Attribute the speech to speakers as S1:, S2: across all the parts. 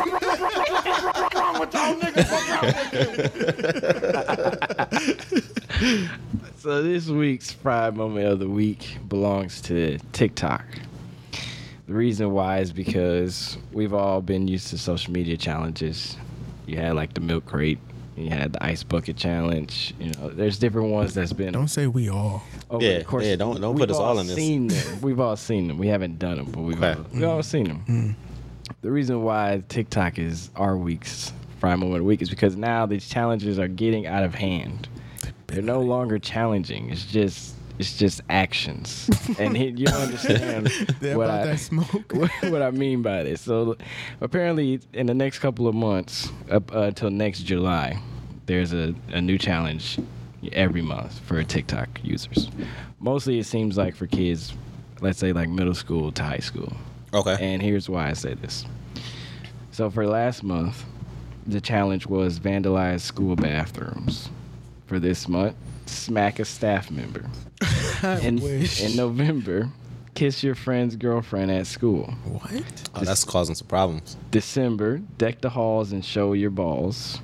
S1: What's wrong with y'all niggas? What's wrong with you?
S2: So this week's pride moment of the week belongs to TikTok. The reason why is because we've all been used to social media challenges. You had like the milk crate, you had the ice bucket challenge. You know, there's different ones that's been
S3: Don't say we all.
S2: over
S4: Yeah,
S2: the course.
S4: yeah, don't- don't
S2: we've
S4: put us all in this.
S2: Seen them. We've all seen them. We haven't done them, but we've
S4: Okay.
S2: all, we
S3: Mm-hmm.
S2: all seen them. The reason why TikTok is our week's prime moment of the week is because now these challenges are getting out of hand. They're no longer challenging. It's just it's just actions, and he, you don't understand
S3: They're
S2: what
S3: about
S2: I
S3: that smoke.
S2: what, what I mean by this. So, apparently, in the next couple of months, up uh, until next July, there's a, a new challenge every month for TikTok users. Mostly, it seems like for kids, let's say like middle school to high school.
S4: Okay.
S2: And here's why I say this. So, for last month, the challenge was vandalize school bathrooms. For this month, smack a staff member. In,
S3: wish.
S2: in November, kiss your friend's girlfriend at school.
S3: What?
S4: Oh, that's causing some problems.
S2: December, deck the halls and show your balls.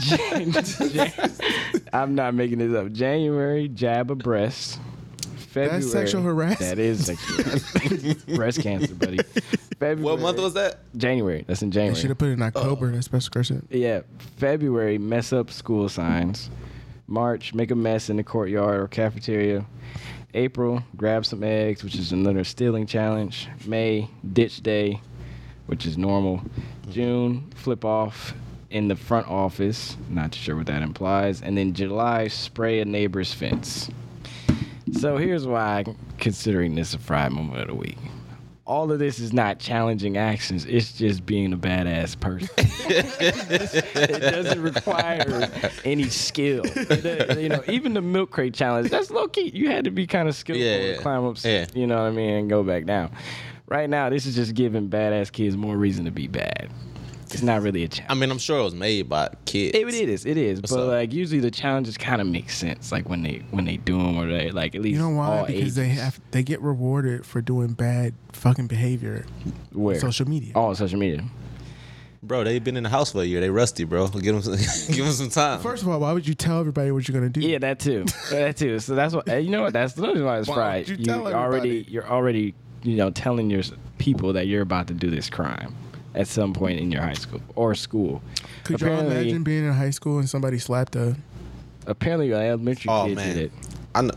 S2: Jan- Jan- I'm not making this up. January, jab a breast. February,
S3: sexual harassment.
S2: That is sexual harassment. breast cancer, buddy. February,
S4: What month was that?
S2: January? That's in
S3: They should
S2: January.
S3: have put it in October. That's special question.
S2: Yeah, February, mess up school signs. March, make a mess in the courtyard or cafeteria. April, grab some eggs, which is another stealing challenge. May, ditch day, which is normal. June, flip off in the front office. Not sure what that implies. And then July, spray a neighbor's fence. So here's why I'm considering this a fried moment of the week. All of this is not challenging actions. It's just being a badass person. it doesn't require any skill. It- you know, even the milk crate challenge. That's low key. You had to be kind of skillful
S4: Yeah, yeah.
S2: to climb up.
S4: Yeah.
S2: You know what I mean? And go back down. Right now, this is just giving badass kids more reason to be bad. It's not really a challenge.
S4: I mean, I'm sure it was made by kids.
S2: It is, it is, but
S4: up?
S2: like usually the challenges kind of make sense, like when they when they do them or they like at least
S3: You know why?
S2: all
S3: Because they
S2: ages.
S3: have they get rewarded for doing bad fucking behavior.
S2: Where? Oh.
S3: Social media.
S2: All on social media.
S4: Bro, they've been in the house for a year. They rusty, bro. Give them some, give them some time.
S3: First of all, why would you tell everybody what you're gonna do?
S2: Yeah, that too. that too. So that's what you know. What that's the reason why it's
S3: Why
S2: fried.
S3: don't you tell
S2: already
S3: everybody?
S2: you're already you know telling your s- people that you're about to do this crime at some point in your high school or school.
S3: Could y'all
S2: apparently,
S3: imagine being in high school and somebody slapped a
S2: apparently an elementary
S4: Oh,
S2: kid
S4: man.
S2: did it.
S4: I know.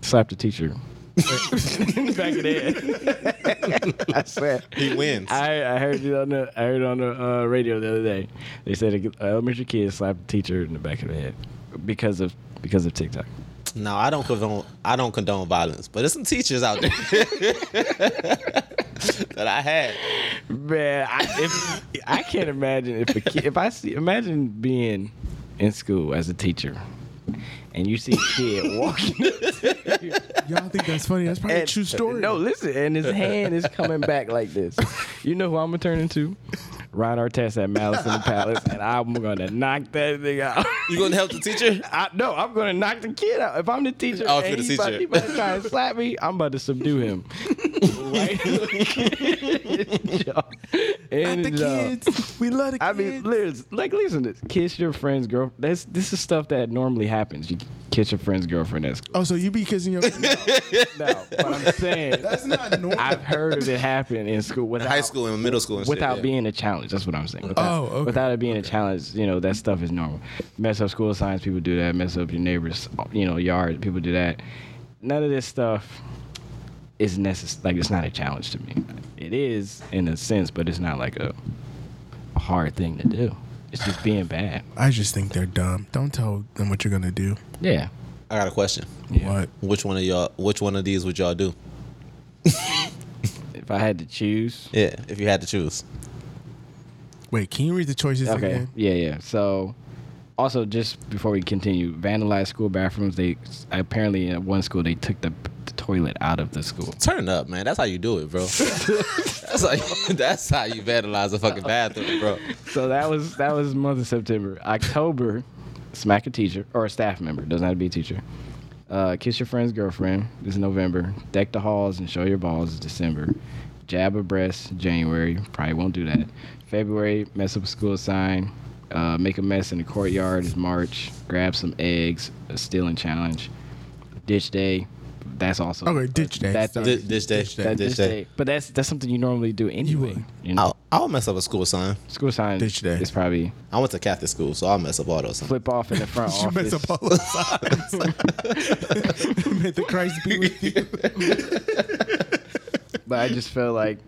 S2: Slapped a teacher. in the back of the head. I swear.
S4: He wins.
S2: I, I heard it on the I heard it on the uh, radio the other day. They said an elementary kid slapped a teacher in the back of the head because of because of TikTok.
S4: no, I don't condone. I don't condone violence, but there's some teachers out there that I had.
S2: Man, I, if, I can't imagine if a kid, if I see imagine being in school as a teacher and you see a kid walking
S3: y'all think that's funny? That's probably a
S2: and-
S3: true story.
S2: No, listen, and his hand is coming back like this. You know who I'm gonna turn into? Ron Artest at Malice in the Palace, and I'm gonna knock that thing out.
S4: You gonna help the teacher?
S2: I, no, I'm gonna knock the kid out. If I'm the teacher,
S4: Oh, if
S2: and
S4: you're the
S2: he about-
S4: teacher.
S2: he about to try and slap me. I'm about to subdue him.
S3: At
S2: and
S3: the kids, we love the kids.
S2: I mean, listen, like listen, to this. kiss your friend's girl. That's this is stuff that normally happens. You kiss your friend's girlfriend at school.
S3: oh, so you be kissing your?
S2: No, but I'm saying
S3: that's not normal.
S2: I've heard of it happen in school without
S4: High school and middle school and shit,
S2: without
S4: yeah.
S2: being a challenge. That's what I'm saying. Without,
S3: Oh, okay.
S2: without it being a challenge, you know that stuff is normal. Mess up school signs, people do that. Mess up your neighbor's, you know, yard, people do that. None of this stuff is necessary. Like it's not a challenge to me. It is in a sense, but it's not like a, a hard thing to do. It's just being bad.
S3: I just think they're dumb. Don't tell them what you're gonna do.
S2: Yeah.
S4: I got a question.
S3: What?
S4: Which one of y'all? Which one of these would y'all do?
S2: If I had to choose.
S4: Yeah, if you had to choose.
S3: Wait, can you read the choices
S2: Okay.
S3: again?
S2: Yeah, yeah. So, also just before we continue, vandalized school bathrooms. They apparently at one school they took the, the toilet out of the school.
S4: Turn up, man. That's how you do it, bro. that's how. You, that's how you vandalize a fucking bathroom, bro.
S2: So that was that was month of September. October, smack a teacher or a staff member. Doesn't have to be a teacher. Uh, kiss your friend's girlfriend. This is November. Deck the halls and show your balls is December. jab abreast. January probably won't do that. February mess up a school sign. Uh, make a mess in the courtyard is March. Grab some eggs. A stealing challenge. Ditch day. That's also
S3: Okay, ditch day.
S2: That's
S4: Thi-
S3: Sorry.
S4: This day,
S3: Ditch day.
S2: that
S4: this
S2: ditch
S4: day.
S2: day. But that's that's something you normally do anyway.
S3: would.
S2: You know,
S4: I'll, I'll mess up a school sign.
S2: school sign
S3: Ditch day.
S2: is probably
S4: I went to Catholic school, so I'll mess up all those signs.
S2: flip off in the front
S3: You
S2: office.
S3: mess up all the signs. May the Christ be with you.
S2: But I just felt like,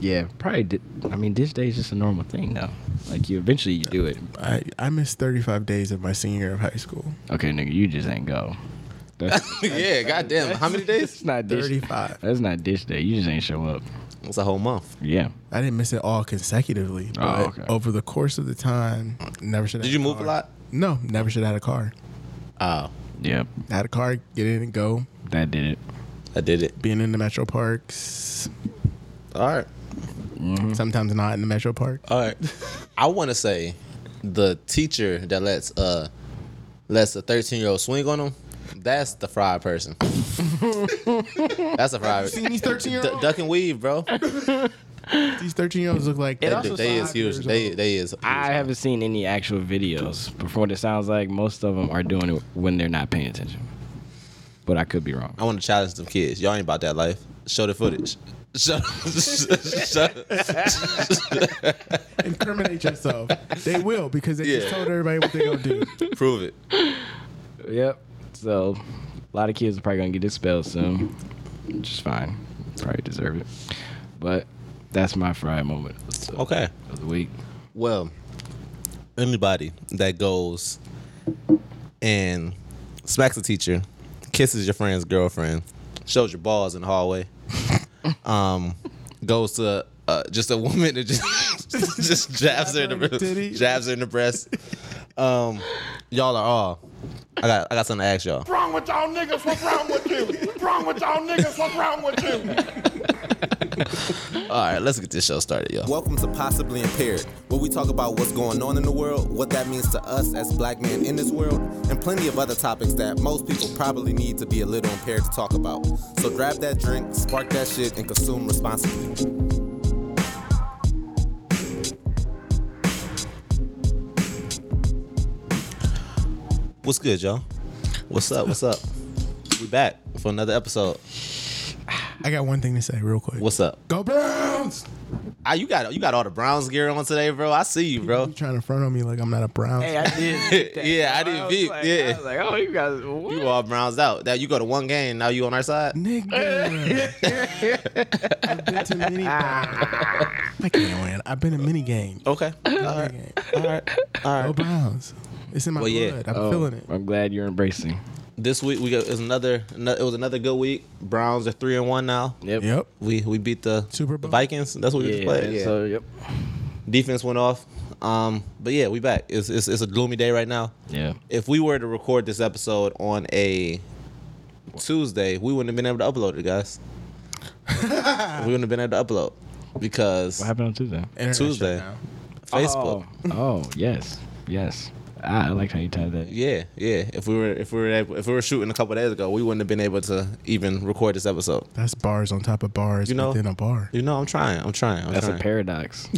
S2: yeah, probably. Di- I mean, ditch day is just a normal thing now. Like you eventually you do it.
S3: I, I missed 35 days of my senior year of high school.
S2: Okay, nigga, you just ain't go. That's,
S4: yeah, goddamn. How many days?
S2: that's not ditch.
S3: 35.
S2: That's not ditch day. You just ain't show up.
S4: It's a whole month.
S2: Yeah.
S3: I didn't miss it all consecutively, but
S2: Oh, okay.
S3: over the course of the time, never should.
S4: Did you move a lot?
S3: No, never should have had a car.
S4: Oh,
S2: Yep.
S3: Had a car, get in and go.
S2: That did it.
S4: I did it.
S3: Being in the metro parks,
S4: All right. Mm-hmm.
S3: sometimes not in the metro park.
S4: All right. I want to say the teacher that lets uh lets a 13 year old swing on him. That's the fried person. that's a fried.
S3: Seen these 13 year
S4: D-
S3: olds?
S4: duck and weave, bro.
S3: These 13 year olds look like
S4: They,
S3: they
S2: also
S4: they is
S3: five
S4: huge.
S3: years
S4: They they is. Huge.
S2: I haven't seen any actual videos before. What it sounds like most of them are doing it when they're not paying attention. But I could be wrong.
S4: I want to challenge them kids. Y'all ain't about that life. Show the footage. Show, show,
S3: incriminate yourself. They will because they
S4: Yeah.
S3: just told everybody what they're gonna do.
S4: prove it.
S2: Yep. So a lot of kids are probably gonna get expelled soon, which is fine. Probably deserve it. But that's my fried moment of the-
S4: Okay.
S2: of the week.
S4: Well, anybody that goes and smacks a teacher, kisses your friend's girlfriend, shows your balls in the hallway, um, goes to uh, just a woman that just just jabs her in the
S3: Jab her in the titty.
S4: breast, jabs her in the breast. Um, y'all are all. I got I got something to ask y'all.
S1: wrong with y'all niggas? What's wrong with you? wrong with y'all niggas? What's wrong with you?
S4: All right, let's get this show started, y'all.
S5: Welcome to Possibly Impaired, where we talk about what's going on in the world, what that means to us as black men in this world, and plenty of other topics that most people probably need to be a little impaired to talk about. So grab that drink, spark that shit, and consume responsibly.
S4: What's good, y'all? What's up? What's up? We back for another episode.
S3: I got one thing to say real quick.
S4: What's up?
S3: Go Browns!
S4: Ah, you got you got all the Browns gear on today, bro. I see you, bro.
S3: You trying to front on me like I'm not a Browns?
S2: Hey, I did. that.
S4: Yeah, I didn't
S2: was
S4: peep,
S2: Like,
S4: yeah.
S2: I was like, oh, you guys. What?
S4: You all Browns out. Now you go to one game. Now you on our side.
S3: Nigga. I've been to many I can't win. I've been in many games.
S4: Okay. All right.
S3: Many games.
S4: All right. All
S3: Go
S4: right.
S3: Browns. It's in my
S4: Well, yeah.
S3: blood. I'm
S2: Oh,
S3: feeling it.
S2: I'm glad you're embracing.
S4: This week we got is another. ano- It was another good week. Browns are three and one now.
S2: Yep.
S3: Yep.
S4: We we beat the
S3: Super Bowl.
S4: the Vikings. That's what we just
S2: Yeah.
S4: played.
S2: So yep.
S4: Defense went off. Um, but yeah, we back. It's, it's it's a gloomy day right now.
S2: Yeah.
S4: If we were to record this episode on a Tuesday, we wouldn't have been able to upload it, guys. we wouldn't have been able to upload because
S2: What happened on Tuesday?
S3: Internet
S4: Tuesday.
S3: shutdown.
S4: Facebook.
S2: Oh, oh, yes, yes. Ah, I like how you tied that.
S4: Yeah, yeah. If we were if we were able, if we were shooting a couple days ago, we wouldn't have been able to even record this episode.
S3: That's bars on top of bars
S4: You know-
S3: within a bar.
S4: You know, I'm trying. I'm trying. I'm
S2: That's a
S4: trying.
S2: paradox.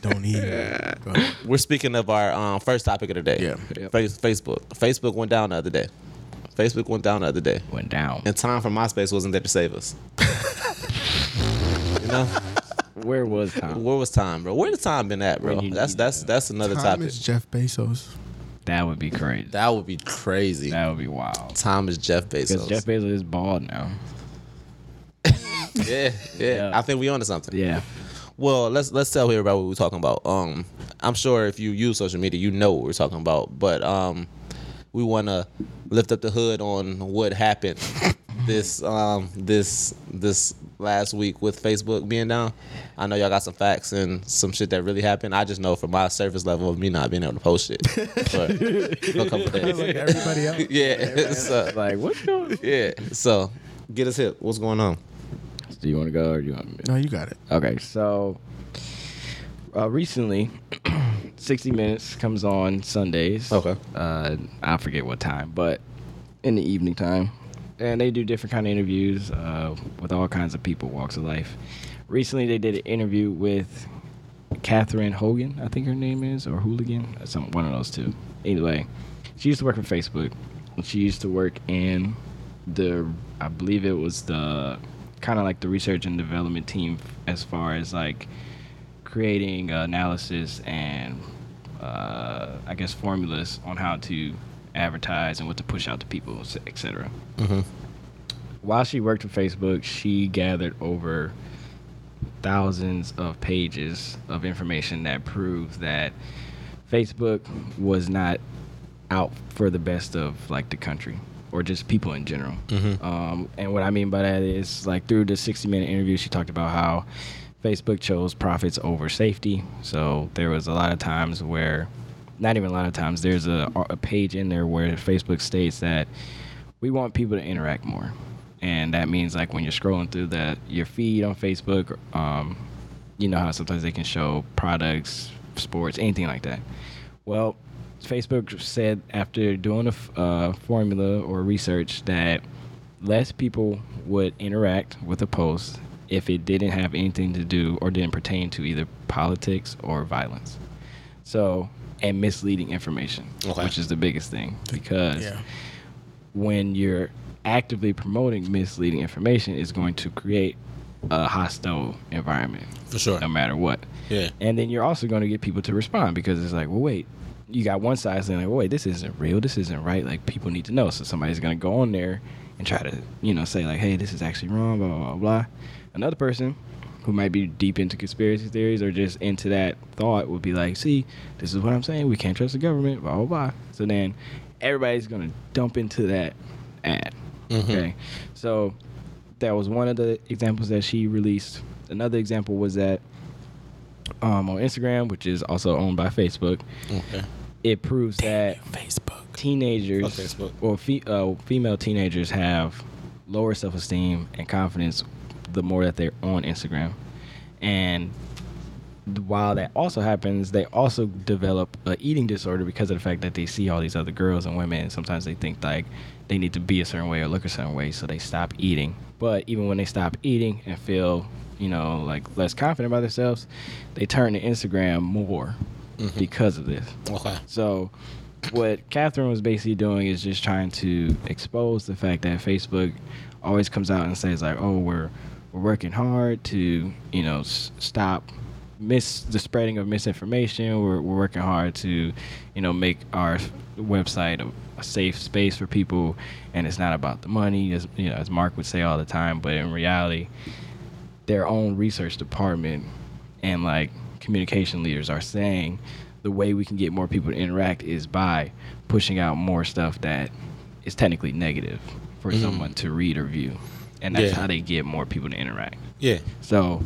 S3: Don't even. Go.
S4: we're speaking of our um, first topic of the day.
S3: Yeah.
S2: Yep.
S4: Face, Facebook. Facebook went down the other day. Facebook went down the other day.
S2: Went down.
S4: And time for MySpace wasn't there to save us. you know,
S2: Where was Tom?
S4: where was time, bro? Where the time been at, bro?
S2: When you
S4: That's
S2: need
S4: that's that's another
S3: Time
S4: topic.
S3: is Jeff Bezos.
S2: That would be crazy.
S4: that would be crazy.
S2: That would be wild.
S4: Time is Jeff Bezos.
S2: Because Jeff Bezos is bald now.
S4: yeah, yeah,
S2: Yeah.
S4: I think we onto something.
S2: Yeah.
S4: Well, let's let's tell everybody what we're talking about. Um, I'm sure if you use social media, you know what we're talking about. But um, we want to lift up the hood on what happened this um this this last week with Facebook being down. I know y'all got some facts and some shit that really happened. I just know from my surface level of me not being able to post shit for, for a couple days.
S3: Like everybody else.
S4: Yeah, so,
S2: Like, what's going on?
S4: yeah. So get us hip. What's going on?
S2: Do you want to go or do you want me to?
S3: No, you got it.
S2: Okay, so uh, recently, 60 Minutes comes on Sundays.
S4: Okay.
S2: Uh, I forget what time, but in the evening time. and they do different kind of interviews uh, with all kinds of people, walks of life. Recently, they did an interview with Catherine Hogan, I think her name is, or Hooligan, or some one of those two. Either way, she used to work for Facebook. and She used to work in the, I believe it was the kind of like the research and development team as far as like creating analysis and uh, I guess formulas on how to advertise and what to push out to people, etc. While she worked for Facebook, she gathered over thousands of pages of information that proved that Facebook was not out for the best of like the country or just people in general. Um, and what I mean by that is like through the 60 minute interview, she talked about how Facebook chose profits over safety. So there was a lot of times where, not even a lot of times, there's a, a page in there where Facebook states that we want people to interact more. And that means like when you're scrolling through that your feed on Facebook, um, you know how sometimes they can show products, sports, anything like that. Well, Facebook said after doing a f- uh, formula or research that less people would interact with a post if it didn't have anything to do or didn't pertain to either politics or violence. So, and misleading information,
S4: Okay.
S2: which is the biggest thing because
S3: Yeah.
S2: when you're actively promoting misleading information is going to create a hostile environment
S4: For sure.
S2: no matter what
S4: Yeah.
S2: and then you're also going to get people to respond because it's like well wait you got one side saying like well, wait this isn't real this isn't right like people need to know so somebody's going to go on there and try to you know say like hey this is actually wrong blah blah blah, blah. another person who might be deep into conspiracy theories or just into that thought would be like see this is what i'm saying we can't trust the government blah blah blah so then everybody's going to dump into that ad
S4: Mm-hmm.
S2: okay so that was one of the examples that she released. Another example was that um, on Instagram, which is also owned by Facebook,
S4: Okay.
S2: it proves that
S3: Facebook.
S2: teenagers
S4: Fuck Facebook.
S2: or fe- uh, female teenagers have lower self-esteem and confidence the more that they're on Instagram. And while that also happens, they also develop a eating disorder because of the fact that they see all these other girls and women. And sometimes they think like they need to be a certain way or look a certain way, so they stop eating. But even when they stop eating and feel, you know, like less confident about themselves, they turn to Instagram more because of this.
S4: Okay.
S2: So, what Catherine was basically doing is just trying to expose the fact that Facebook always comes out and says like, "Oh, we're we're working hard to you know s- stop mis the spreading of misinformation. We're we're working hard to you know make our f- website a, a safe space for people, and it's not about the money, as you know, as Mark would say all the time. But in reality, their own research department and like communication leaders are saying the way we can get more people to interact is by pushing out more stuff that is technically negative for someone to read or view and that's
S4: Yeah.
S2: how they get more people to interact
S4: Yeah.
S2: so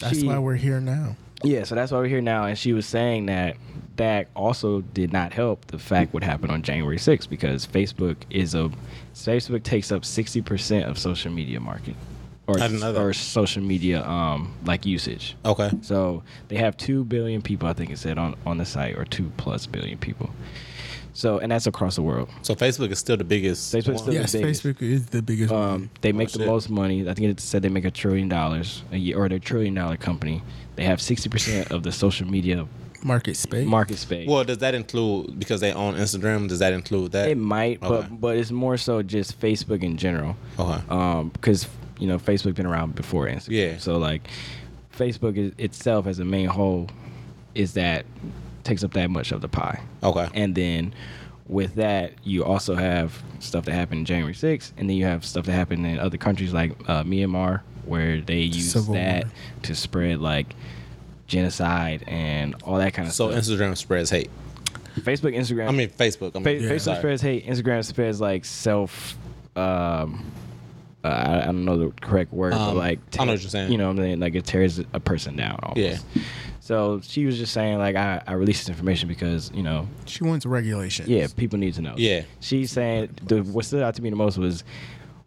S3: That's
S2: she-
S3: why we're here now.
S2: yeah, so that's why we're here now. And she was saying that that also did not help the fact what happened on January 6th because Facebook is a Facebook takes up 60% of social media market or,
S4: I didn't know that.
S2: or social media um like usage.
S4: Okay.
S2: So they have two billion people, I think it said on on the site, or two plus billion people. So and that's across the world.
S4: So Facebook is still the biggest.
S2: Facebook's
S4: one.
S2: still-
S3: Yes,
S2: biggest.
S3: Facebook is the biggest.
S2: Um, they make the
S4: shit.
S2: most money. I think it said they make a trillion dollars a year, or they're a trillion dollar company. They have 60% of the social media
S3: market space.
S2: market space.
S4: Well, does that include because they own Instagram? Does that include that?
S2: It might,
S4: Okay.
S2: but but it's more so just Facebook in general.
S4: Okay.
S2: Um, because you know Facebook been around before Instagram.
S4: Yeah.
S2: So like, Facebook is, itself as a main whole is that takes up that much of the pie.
S4: Okay.
S2: And then with that, you also have stuff that happened January 6th, and then you have stuff that happened in other countries like uh, Myanmar, where they use
S3: Civil
S2: that
S3: war.
S2: to spread like genocide and all that kind of
S4: so
S2: stuff.
S4: Instagram spreads hate.
S2: Facebook, Instagram.
S4: I mean Facebook. I
S2: Fa-
S4: mean,
S2: Facebook
S4: sorry.
S2: spreads hate. Instagram spreads like self. Um, uh, I, I don't know the correct word, but
S4: Um,
S2: like
S4: I know what you're saying.
S2: You know what I'm saying? Like it tears a person down. Almost.
S4: Yeah.
S2: So she was just saying like I, I released this information because you know
S3: She wants regulations.
S2: yeah people need to know.
S4: Yeah.
S2: She's saying the, what stood out to me the most was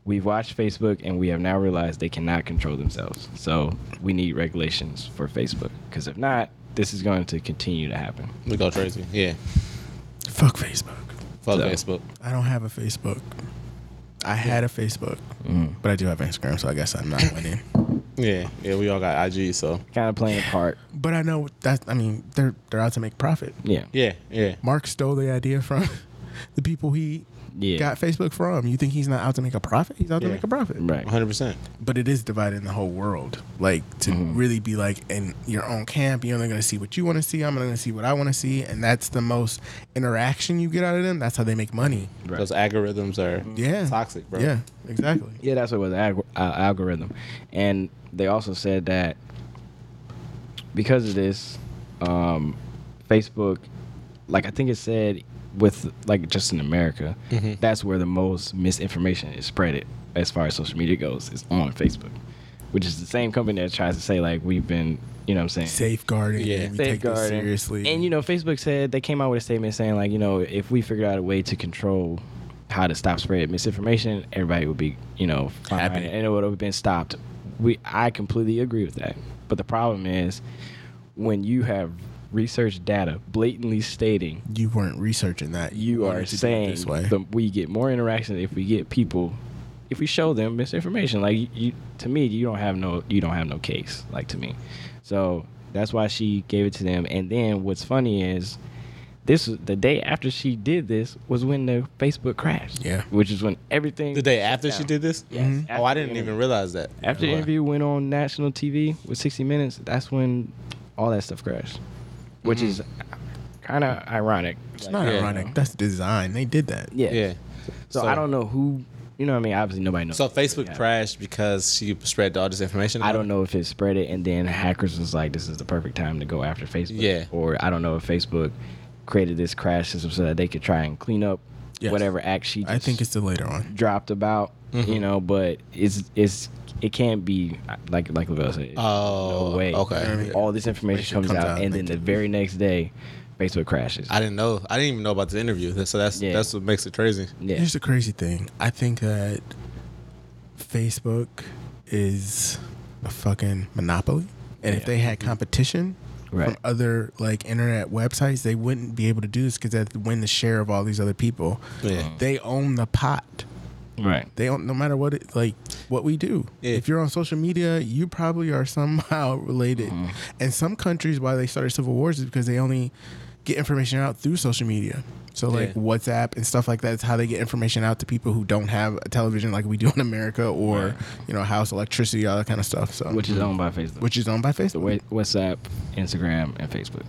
S2: we've watched Facebook and we have now realized they cannot control themselves. So we need regulations for Facebook because if not, this is going to continue to happen.
S4: We go crazy. Yeah.
S3: Fuck Facebook.
S4: Fuck
S2: So-
S4: Facebook.
S3: I don't have a Facebook. I had a Facebook,
S2: Mm-hmm.
S3: but I do have Instagram, so I guess I'm not winning.
S4: Yeah, yeah, we all got IG, so
S2: Kind of playing a part.
S3: But I know that I mean they're they're out to make profit.
S2: Yeah.
S4: yeah, yeah.
S3: Mark stole the idea from the people he
S2: Yeah.
S3: got Facebook from. You think he's not out to make a profit? He's out
S4: Yeah.
S3: to make a profit.
S2: Right.
S4: 100%.
S3: But it is dividing the whole world. Like to
S2: Mm-hmm.
S3: really be like in your own camp, you're only going to see what you want to see. I'm only going to see what I want to see, and that's the most interaction you get out of them. That's how they make money.
S2: Right.
S4: Those algorithms are
S3: Yeah,
S4: toxic, bro.
S3: Yeah, exactly.
S2: Yeah, that's what it was alg- uh, algorithm, and they also said that because of this, um, Facebook, like I think it said with like just in America, that's where the most misinformation is spreaded as far as social media goes is on Facebook, which is the same company that tries to say like we've been, you know, what I'm saying
S3: Safeguarding.
S4: Yeah.
S3: Yeah, we take this
S2: safeguarding.
S3: seriously.
S2: And you know, Facebook said they came out with a statement saying like, you know, if we figured out a way to control how to stop spreading misinformation, everybody would be, you know, fine
S4: Happy.
S2: and it would have been stopped. We I completely agree with that. But the problem is when you have research data blatantly stating
S3: you weren't researching that.
S2: you
S3: wanted
S2: are
S3: to do it
S2: saying
S3: this way.
S2: that we get more interaction if we get people if we show them misinformation like you, you to me you don't have no you don't have no case like to me so that's why she gave it to them and then what's funny is this was- the day after she did this was when the facebook crashed
S3: Yeah.
S2: which is when everything
S4: The day after she did this?
S2: Yes. Mhm.
S3: Mm-hmm.
S4: Oh, I didn't even realize that.
S2: after the
S4: Wow.
S2: interview went on national TV with 60 Minutes, that's when all that stuff crashed, which is kind of ironic.
S3: Mm-hmm. it's not
S4: Yeah.
S3: ironic. That's design. They did that.
S2: Yeah.
S4: Yeah.
S2: So, I don't know who, you know what I mean? Obviously, nobody knows.
S4: So
S2: what's really
S4: Facebook
S2: happening.
S4: crashed because she spread all this information.
S2: I don't know if it spread it, and then hackers was like, "This is the perfect time to go after Facebook."
S4: Yeah.
S2: Or I don't know if Facebook created this crash system so that they could try and clean up
S3: Yes.
S2: whatever act she
S3: I
S2: just
S3: think it's the later on.
S2: dropped about,
S4: Mm-hmm.
S2: you know. But it's it's it can't be like like Lavelle said.
S4: Oh,
S2: no way.
S4: okay.
S2: All this information comes,
S3: Information comes
S2: out,
S3: out,
S2: and then
S3: like
S2: the
S3: that.
S2: very next day, Facebook crashes.
S4: I didn't know. I didn't even know about the interview. So that's
S2: Yeah.
S4: that's what makes it crazy.
S2: yeah.
S3: Here's the crazy thing. I think that Facebook is a fucking monopoly. And if
S2: Yeah.
S3: they had competition
S2: Right.
S3: from other like internet websites, they wouldn't be able to do this because they have to win the share of all these other people.
S2: Mm.
S4: Yeah.
S3: They own the pot.
S2: Right.
S3: They don't. No matter what, it, like what we do.
S4: Yeah.
S3: If you're on social media, you probably are somehow related.
S4: Mm-hmm.
S3: And some countries, why they started civil wars, is because they only get information out through social media. So like
S4: Yeah.
S3: WhatsApp and stuff like that is how they get information out to people who don't have a television like we do in America or you know house electricity all that kind of stuff. So
S2: Which is owned by Facebook.
S3: which is owned by
S2: the
S3: Facebook.
S2: Wa- WhatsApp, Instagram, and Facebook.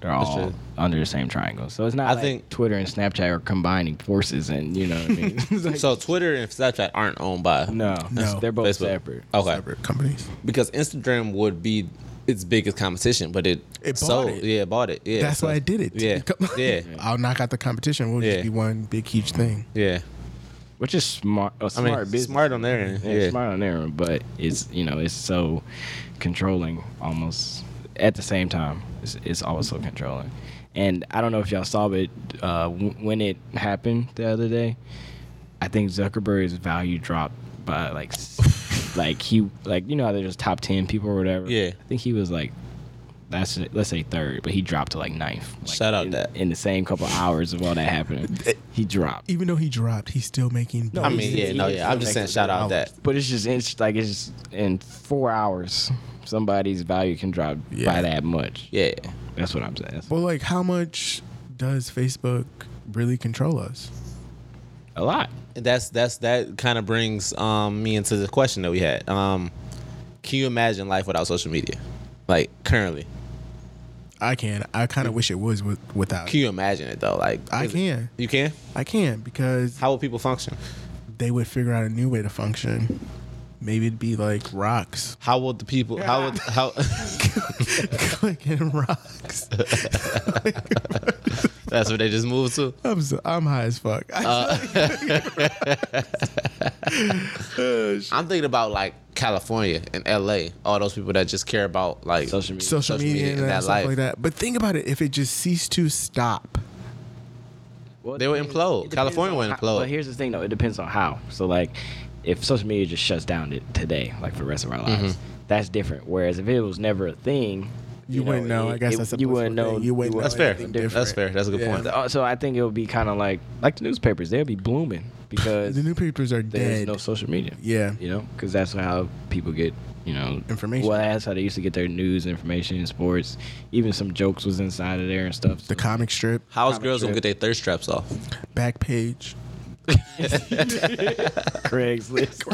S2: They're all
S4: it.
S2: under the same triangle. So it's not
S4: I
S2: like
S4: think-
S2: Twitter and Snapchat are combining forces, and you know what I mean. It's like-
S4: So Twitter and Snapchat aren't owned by
S2: no,
S3: No.
S2: they're both
S4: Facebook.
S2: separate.
S4: Okay.
S3: Separate companies.
S4: Because Instagram would be its biggest competition, but it
S3: It bought
S4: sold.
S3: it.
S4: Yeah, it bought it. Yeah.
S3: That's
S4: so-
S3: why I did it.
S4: Yeah. yeah.
S3: I'll knock out the competition. We'll
S4: Yeah.
S3: just be one big huge thing.
S4: Yeah.
S2: Which is smart. A
S4: I
S2: smart
S4: mean, smart,
S2: business.
S4: smart on their end.
S2: Yeah,
S4: Yeah.
S2: smart on their own, but it's you know it's so controlling almost at the same time. It's, it's also controlling, and I don't know if y'all saw it uh, w- when it happened the other day. I think Zuckerberg's value dropped by like s- like he like you know how they're just top ten people or whatever.
S4: Yeah.
S2: I think he was like. That's let's say third, but he dropped to like ninth. Like
S4: Shout out
S2: in,
S4: that.
S2: in the same couple hours of all that happening, he dropped.
S3: Even though he dropped, he's still making.
S2: No,
S4: I
S2: he's-
S4: mean, yeah, no, yeah. I'm just saying, shout out that.
S2: But it's just it's like it's just in four hours, somebody's value can drop by
S3: Yeah.
S2: that much.
S4: Yeah.
S2: That's what I'm saying. That's
S3: Well, like, how much does Facebook really control us?
S2: a lot.
S4: that's that's that kind of brings um me into the question that we had. Um, can you imagine life without social media? Like currently,
S3: I can. I kind of wish it was with, without.
S4: can you imagine it though? Like
S3: I
S4: is it-
S3: can.
S4: You can.
S3: I can because
S4: How will people function?
S3: they would figure out a new way to function. Maybe it'd be like rocks,
S4: How will the people? How would how?
S3: clicking rocks.
S4: that's what they just moved to.
S3: I'm so, I'm high as fuck.
S4: I'm thinking about like California and L.A. All those people that just care about like
S2: Social media.
S3: social, media and, that
S4: that
S3: stuff
S4: life.
S3: like that. But think about it. If it just ceased to stop,
S4: They would implode. California would
S2: went
S4: implode.
S2: But here's the thing, though. It depends on how. So like, if social media
S3: Mm-hmm.
S2: just shuts down t- today, like for the rest of our lives, that's different. Whereas if it was never a thing,
S3: You, wouldn't know. I guess
S2: it-
S3: that's a
S2: you
S3: blissful
S2: wouldn't know.
S3: thing. You wouldn't.
S2: You
S3: know
S4: That's fair.
S3: anything
S4: That's
S3: different.
S4: fair. That's a good
S3: Yeah.
S4: point.
S2: Uh, So I think it would be kind of like like the newspapers. They'll be blooming because
S3: The newspapers are
S2: there's
S3: dead.
S2: no social media.
S3: yeah.
S2: You know, because that's how people get you know
S3: Information.
S2: Well, that's how they used to get their news, information, sports. Even some jokes was inside of there and stuff. So
S3: The comic strip,
S4: How's girls gonna get their thirst traps off?
S3: back page.
S2: Craigslist.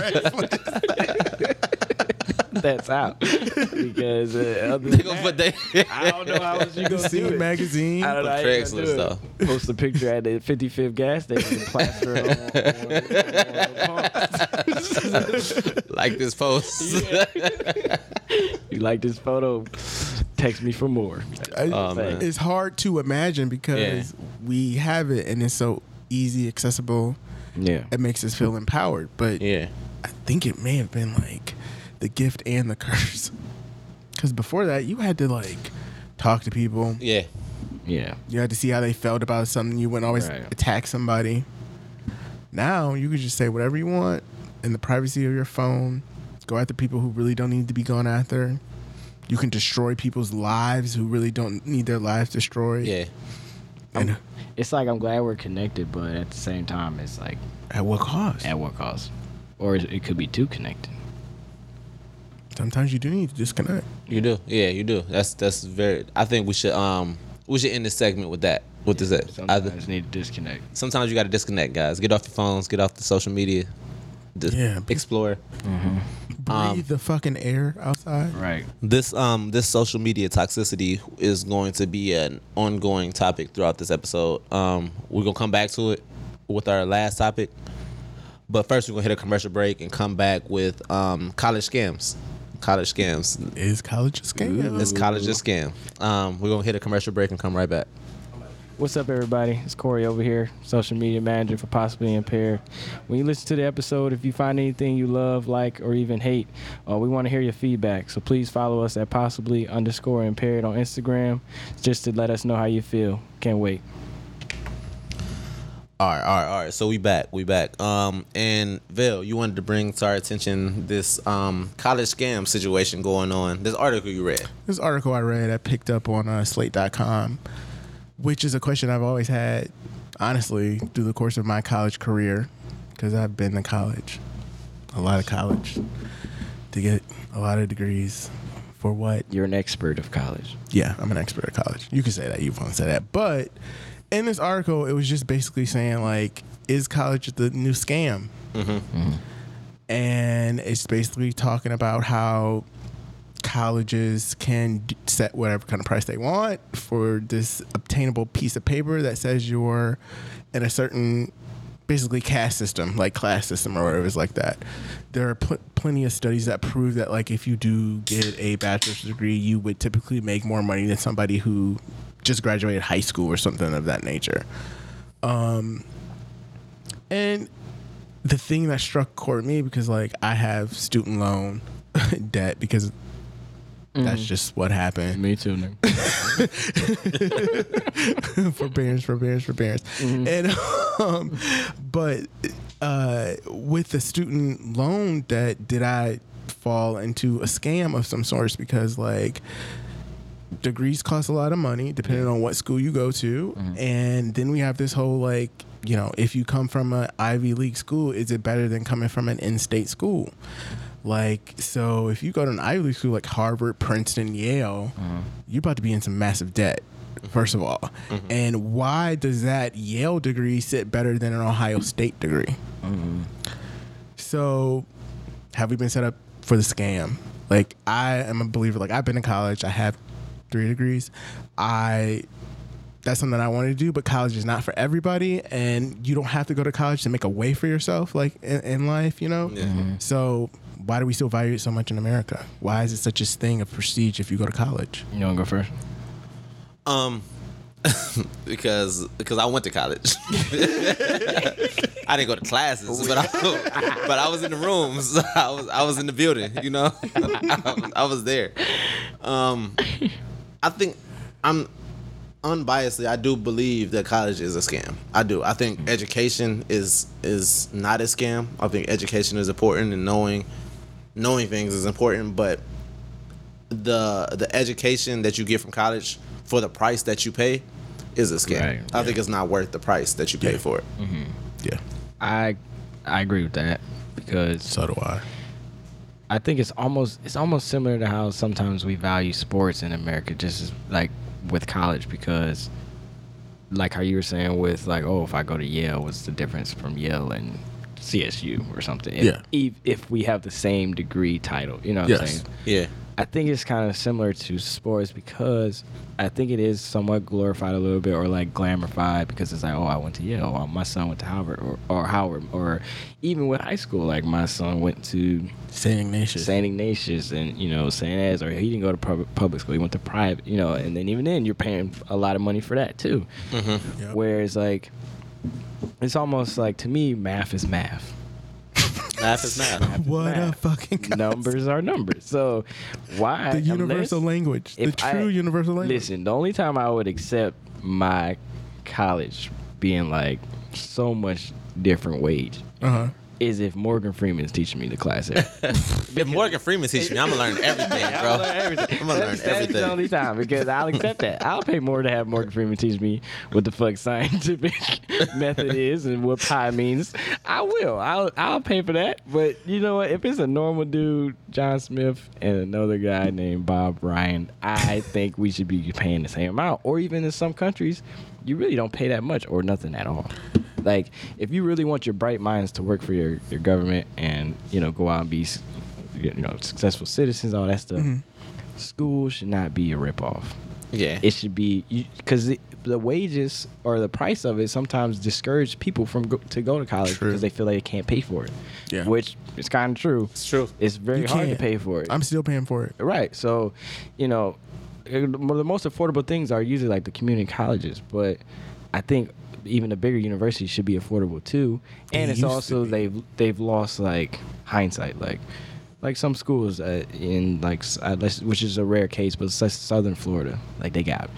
S2: that's out because uh, other
S4: They
S2: than that,
S4: gonna put they
S2: I don't know how else you gonna do
S3: See
S2: it.
S3: magazine.
S2: I don't know.
S4: Put
S2: how you gonna
S4: Craigslist
S2: do it.
S4: though.
S2: Post a picture at the 55th gas station and plaster it on- on, on, the pump.
S4: Like this post.
S2: You like this photo? Text me for more.
S3: I-
S4: Oh, man.
S3: it's hard to imagine because we have it and it's so easy, accessible.
S2: Yeah.
S3: It makes us feel empowered. But
S4: yeah.
S3: I think it may have been like the gift and the curse. Because before that, you had to like talk to people.
S4: Yeah.
S2: Yeah.
S3: You had to see how they felt about something. You wouldn't always
S2: Right.
S3: attack somebody. Now you could just say whatever you want in the privacy of your phone. Go after people who really don't need to be gone after. You can destroy people's lives who really don't need their lives destroyed.
S4: Yeah.
S3: And
S2: It's like I'm glad we're connected, but at the same time, it's like
S3: at what cost?
S2: at what cost? Or it could be too connected.
S3: Sometimes you do need to disconnect.
S4: You do. Yeah, you do. That's that's very I think we should um we should end this segment with that. What does that? I-
S2: Sometimes need to disconnect.
S4: sometimes you got to disconnect, guys. Get off your phones. Get off the social media. Just
S3: Yeah.
S4: Explore
S3: Breathe the fucking air outside.
S2: Um, Right.
S4: this. Um, this social media toxicity is going to be an ongoing topic throughout this episode. Um, we're gonna come back to it with our last topic, but first we're gonna hit a commercial break and come back with um college scams. College scams.
S3: Is college a scam?
S4: It's college a scam. Um, we're gonna hit a commercial break and come right back.
S2: What's up, everybody? It's Corey over here, social media manager for Possibly Impaired. When you listen to the episode, if you find anything you love, like, or even hate, uh, we want to hear your feedback. So please follow us at Possibly underscore Impaired on Instagram just to let us know how you feel. Can't wait.
S4: All right, all right, all right. So we back, we back. Um, and Vil, you wanted to bring to our attention this um college scam situation going on. This article you read.
S3: This article I read, I picked up on uh, slate.com, which is a question I've always had, honestly, through the course of my college career, because I've been to college, a lot of college, to get a lot of degrees. For what?
S2: You're an expert of college.
S3: Yeah, I'm an expert at college. You can say that. You've only said that. But in this article, it was just basically saying like, is college the new scam? And it's basically talking about how colleges can d- set whatever kind of price they want for this obtainable piece of paper that says you're in a certain basically caste system like class system or whatever it's like that there are pl- plenty of studies that prove that like if you do get a bachelor's degree you would typically make more money than somebody who just graduated high school or something of that nature um and the thing that struck chord me because like I have student loan debt because that's just what happened.
S2: Me too, Nick.
S3: forbearance, forbearance, forbearance. And um, but uh, with the student loan debt, did I fall into a scam of some sorts? Because like degrees cost a lot of money depending on what school you go to and then we have this whole like you know if you come from an ivy league school is it better than coming from an in-state school like so if you go to an ivy league school like harvard princeton yale you're about to be in some massive debt first of all and why does that yale degree sit better than an ohio state degree so have we been set up for the scam? Like I am a believer. Like I've been in college. I have three degrees. I that's something I wanted to do, but college is not for everybody, and you don't have to go to college to make a way for yourself, like in, in life, you know.
S2: Mm-hmm.
S3: So why do we still value it so much in America? Why is it such a thing of prestige if you go to college?
S2: You want to go first?
S4: Um, because because I went to college. I didn't go to classes, but I, but I was in the rooms. I was I was in the building. You know, I, was- I was there. Um, I think I'm unbiasedly. I do believe that college is a scam. I do. I think education is is not a scam. I think education is important and knowing knowing things is important, but
S5: the the education that you get from college for the price that you pay is a scam.
S2: Right,
S5: I think it's not worth the price that you pay for it.
S3: Yeah.
S2: I I agree with that because
S3: So do I.
S2: I think it's almost it's almost similar to how sometimes we value sports in America, just as, like with college, because like how you were saying with like, oh, if I go to Yale, what's the difference from Yale and CSU or something? If,
S3: Yeah.
S2: If, if we have the same degree title, you know what I'm
S3: Yes.
S2: saying?
S4: Yeah.
S2: I think it's kind of similar to sports because I think it is somewhat glorified a little bit or like glamorified because it's like, oh, I went to Yale, or my son went to Howard, or, or Howard, or even with high school, like my son went to
S3: Saint Ignatius.
S2: St. Ignatius and you know St. As, or he didn't go to public, public school. He went to private, you know. And then even then, you're paying a lot of money for that too.
S3: Yep.
S2: Whereas like, it's almost like to me, math is math.
S4: Math is math.
S3: What a
S2: math.
S3: fucking concept.
S2: Numbers are numbers. So why
S3: The universal
S2: unless-
S3: language. The
S2: if
S3: true
S2: I-
S3: universal language.
S2: Listen, the only time I would accept my college being like so much different wage
S3: Uh huh.
S2: is if Morgan Freeman is teaching me the class. every
S4: If Morgan Freeman teach me, I'm gonna learn everything, bro. I'm gonna learn
S2: That's, that's
S4: everything.
S2: the only time because I'll accept that. I'll pay more to have Morgan Freeman teach me what the fuck scientific method is and what pi means. I will. I'll I'll pay for that. But you know what? If it's a normal dude, John Smith, and another guy named Bob Ryan, I think we should be paying the same amount. Or even in some countries, you really don't pay that much or nothing at all. Like if you really want your bright minds to work for your, your government and you know go out and be s- you know successful citizens, all that stuff school should not be a ripoff.
S4: Yeah.
S2: It should be because the wages or the price of it sometimes discourage people from go, to go to college
S3: True.
S2: because they feel like they can't pay for it.
S3: Yeah.
S2: which is kind of true.
S4: It's true.
S2: It's very
S3: You
S2: hard to
S3: can't.
S2: pay for it.
S3: I'm still paying for it.
S2: right. So, you know, eh, the mo- the most affordable things are usually like the community colleges, but I think even the bigger universities should be affordable too. And
S3: They
S2: it's
S3: used to
S2: also
S3: be.
S2: they've they've lost like hindsight, like like some schools uh, in like s- uh, let's- which is a rare case, but s- Southern Florida, like they got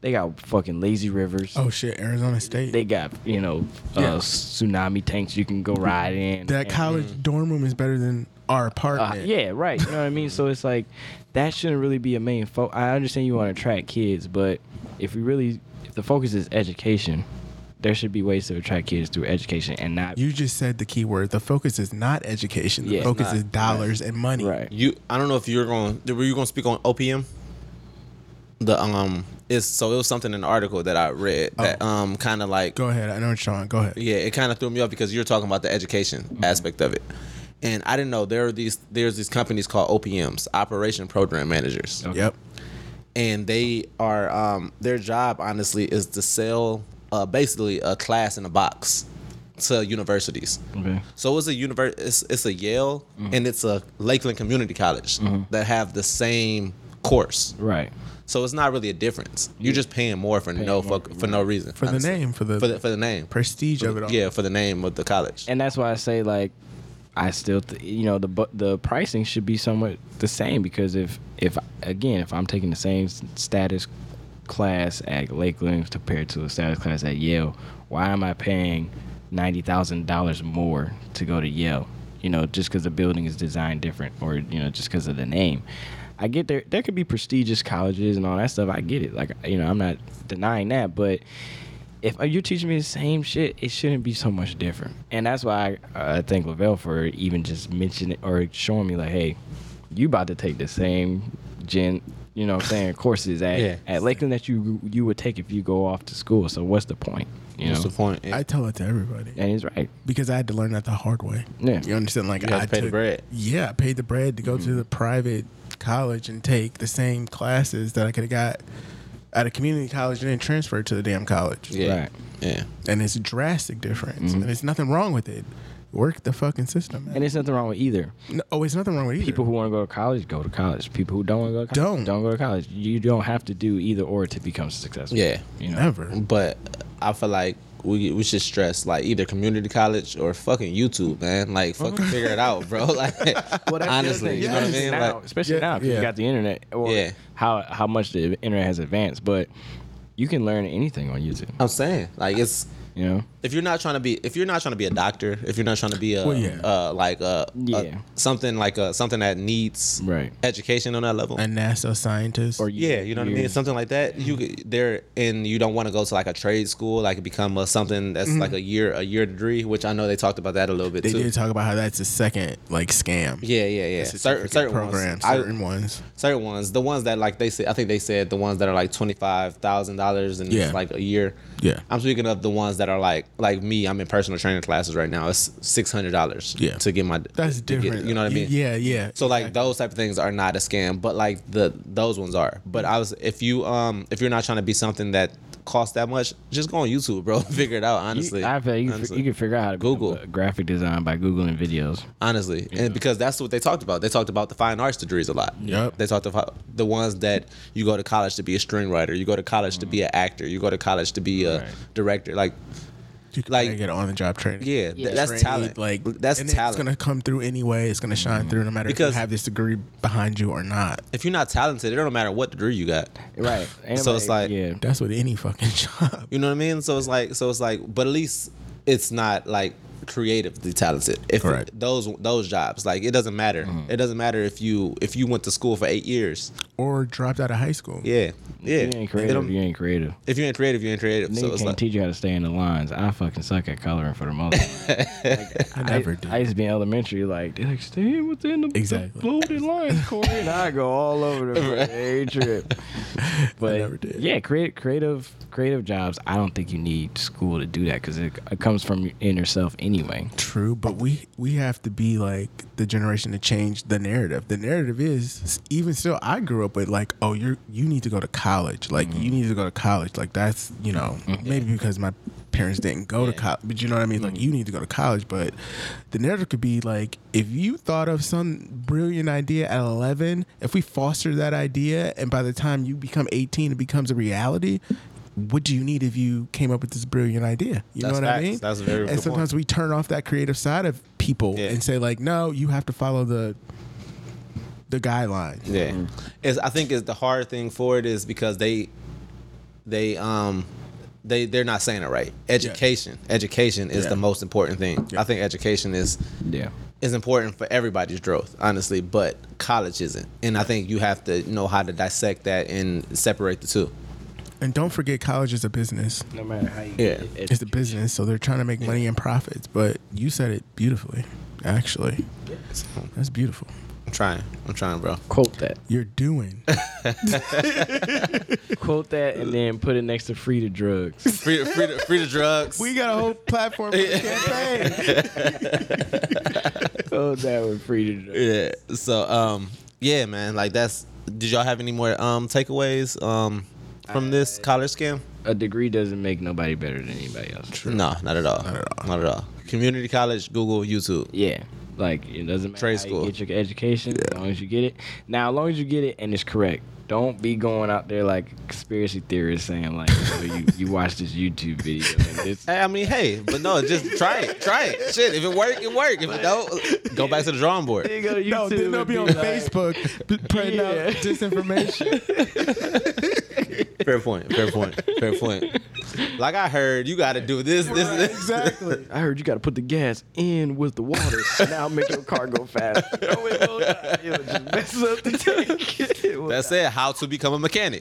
S2: they got fucking lazy rivers.
S3: Oh shit, Arizona State.
S2: They got you know uh,
S3: Yeah.
S2: tsunami tanks you can go ride in.
S3: that
S2: and-
S3: college dorm room is better than our
S2: uh,
S3: apartment.
S2: yeah, right. You know what I mean? So it's like that shouldn't really be a main focus. I understand you want to attract kids, but if we really, if the focus is education, there should be ways to attract kids through education and not.
S3: You just said the key word. The focus is not education. The
S2: Yeah.
S3: focus
S4: Not.
S3: is dollars and money.
S2: right.
S4: You, I don't know if you're going. Were you going to speak on OPM? The um is so it was something in the article that I read that um kind of like
S3: Go ahead. I know what you're on. Go ahead.
S4: yeah it kind of threw me off because you're talking about the education aspect of it, and I didn't know there are these there's these companies called OPMs Operation Program Managers
S3: Yep.
S4: and they are um, their job honestly is to sell uh, basically a class in a box to universities.
S2: Okay.
S4: So it's a univer- it's, it's a Yale
S2: Mm-hmm.
S4: and it's a Lakeland Community College that have the same course.
S2: Right.
S4: So it's not really a difference. You're just paying more for no fuck, for no reason.
S3: For the name, for the-
S4: for the, for the name.
S3: Prestige of it all.
S4: Yeah, for the name of the college.
S2: And that's why I say like, I still, th- you know, the bu- the pricing should be somewhat the same because if if again if I'm taking the same s- status class at Lakeland compared to a status class at Yale, why am I paying ninety thousand dollars more to go to Yale? You know, just because the building is designed different, or you know, just because of the name. I get there. There could be prestigious colleges and all that stuff. I get it. Like you know, I'm not denying that, but if you're teaching me the same shit, it shouldn't be so much different. And that's why I, I thank Lavelle for even just mentioning or showing me like, hey, you about to take the same gen, you know, what I'm saying courses at
S4: Yeah.
S2: at Lakeland that you you would take if you go off to school. So what's the point? You
S4: What's
S2: know,
S4: the point?
S3: I tell it to everybody
S2: and he's right.
S3: because I had to learn that the hard way.
S2: Yeah.
S3: You understand? Like
S4: You had
S3: I
S4: to pay the
S3: took-
S4: bread.
S3: Yeah, I paid the bread to go to the private college and take the same classes that I could have got at a community college and then transferred to the damn college.
S4: yeah.
S2: Right.
S4: Yeah.
S3: And it's a drastic difference.
S4: Mm-hmm.
S3: And there's nothing wrong with it. Work the fucking system. Man.
S2: And there's nothing wrong with either.
S3: No, oh, it's nothing wrong with either.
S2: People who want to go to college go to college. People who don't want to go to college
S3: Don't.
S2: don't go to college. You don't have to do either or to become successful.
S4: Yeah.
S2: You know?
S3: never.
S4: But I feel like we we should stress like either community college or fucking YouTube, man. Like fucking figure it out, bro. Like
S2: Mm-hmm. Well, that's the other
S4: honestly,
S2: thing,
S4: you know what I mean?
S2: Now,
S4: Like,
S2: especially
S3: Yeah,
S2: now, because
S3: yeah.
S2: you got the internet, or
S4: Yeah.
S2: how how much the internet has advanced. But you can learn anything on YouTube.
S4: I'm saying like it's
S2: You know,
S4: if you're not trying to be if you're not trying to be a doctor, if you're not trying to be a
S3: Well, yeah.
S4: uh, like a, a-
S2: Yeah.
S4: something like a something that needs
S2: Right.
S4: education on that level.
S3: a NASA scientist.
S2: or
S4: yeah, you know what I mean,
S2: you're-
S4: something like that. You could- there and you don't want to go to like a trade school, like become a, something that's
S2: Mm-hmm.
S4: like a year a year degree, which I know they talked about that a little bit
S3: they
S4: too.
S3: did talk about how that's the second like scam.
S4: yeah, yeah, yeah. Certain
S3: Certificate
S4: certain
S3: programs,
S4: ones. I-
S3: certain ones.
S4: certain ones, the ones that like they say, I think they said the ones that are like twenty five thousand dollars and
S3: Yeah.
S4: it's like a year.
S3: Yeah.
S4: I'm speaking of the ones that are like like me. I'm in personal training classes right now. It's six hundred dollars.
S3: Yeah.
S4: to get my
S3: That's
S4: to get-
S3: different.
S4: you know what I mean?
S3: Yeah, yeah.
S4: So like those type of things are not a scam, but like the those ones are. But I was if you um if you're not trying to be something that costs that much, just go on YouTube, bro. Figure it out honestly.
S2: You, I feel you,
S4: honestly.
S2: you can figure out how to become
S4: Google.
S2: a graphic design by googling videos.
S4: honestly, and because that's what they talked about. They talked about the fine arts degrees a lot.
S3: Yep.
S4: They talked about the ones that you go to college to be a screenwriter, you go to college to be an actor, you go to college to be a
S2: Right.
S4: director. Like,
S3: you can
S4: like-
S3: like, get on the job training.
S4: yeah, th- that's
S3: Training,
S4: talent.
S3: Like
S4: that's
S3: and
S4: talent. Mm-hmm.
S3: It's gonna come through anyway. It's gonna shine through no matter
S4: Because-
S3: if you have this degree behind you or not.
S4: If you're not talented, it don't matter what degree you got.
S2: Right. Ain't
S4: So it's
S2: nobody-
S4: like-
S2: yeah,
S3: That's with any fucking job.
S4: You know what I mean? So it's like, so it's like, but at least it's not like creatively talented. If
S3: Correct.
S4: those those jobs, like, it doesn't matter. It doesn't matter if you if you went to school for eight years.
S3: Or dropped out of high school.
S4: Yeah,
S2: you
S4: yeah.
S2: ain't
S4: It don't-
S2: creative. You ain't creative.
S4: if you ain't creative, you ain't creative.
S2: Nigga
S4: So it's
S2: can't
S4: like,
S2: teach you how to stay in the lines. I fucking suck at coloring for the most. part.
S3: I never did.
S2: I used to be in elementary, like they're like stay within the
S3: Exactly.
S2: the floating lines, Corey, and I go all over the right. trip. But
S3: never did.
S2: yeah, create, creative creative jobs. I don't think you need school to do that because it, it comes from your inner self anyway.
S3: True, but we we have to be like the generation to change the narrative. The narrative is even still. I grew up with like, oh, you're you need to go to college. Like
S4: Mm-hmm.
S3: you need to go to college. Like that's you know maybe because my parents didn't go to college, but you know what I mean.
S4: Mm-hmm.
S3: Like you need to go to college. But the narrative could be like, if you thought of some brilliant idea at eleven, if we foster that idea, and by the time you become eighteen, it becomes a reality. What do you need if you came up with this brilliant idea? You
S4: That's
S3: know what
S4: facts.
S3: I mean?
S4: That's a very good
S3: And
S4: point.
S3: sometimes we turn off that creative side of people
S4: Yeah.
S3: and say like, no, you have to follow the the guideline.
S4: Yeah, Mm. it's, I think it's the hard thing for it is because they, they um, they they're not saying it right. Education, education is
S3: Yeah.
S4: the most important thing.
S3: Yeah.
S4: I think education is
S2: Yeah.
S4: is important for everybody's growth, honestly. But college isn't, and I think you have to know how to dissect that and separate the two.
S3: And don't forget, college is a business.
S2: No matter how you
S4: Yeah.
S2: it,
S3: It's a business, so they're trying to make money and profits. But you said it beautifully, actually. That's beautiful.
S4: I'm trying, I'm trying, bro.
S2: quote that.
S3: You're doing.
S2: Quote that and then put it next to free to drugs.
S4: Free, free, to, free to drugs.
S3: we got a whole platform for the campaign.
S2: Quote that with free to drugs.
S4: yeah. So um, yeah, man. Like that's. Did y'all have any more um takeaways um from this college scam?
S2: A degree doesn't make nobody better than anybody else. True.
S4: No, not at all. Not at all. Not at all. Community college, Google, YouTube.
S2: Yeah. Like it doesn't matter
S4: Trade
S2: how
S4: school.
S2: you get your education as long as you get it. Now, as long as you get it and it's correct, don't be going out there like conspiracy theorists saying like "Oh, you you watch this YouTube video and this.
S4: Hey, I mean, hey, but no, just try it. Try it. Shit, if it work, it work. If it don't, go back to the drawing board.
S2: They go to YouTube
S3: No, then they'll
S2: and
S3: Oh, be on
S2: like,
S3: Facebook p- putting
S2: Yeah.
S3: out disinformation.
S4: Fair point. Fair point. Fair point. Like I heard, you got to do this, this, this.
S3: exactly.
S2: I heard you got to put the gas in with the water. now make your car go fast. No, it will not. It'll just mess up the tank. It will
S4: That's
S2: not.
S4: it. How to become a mechanic.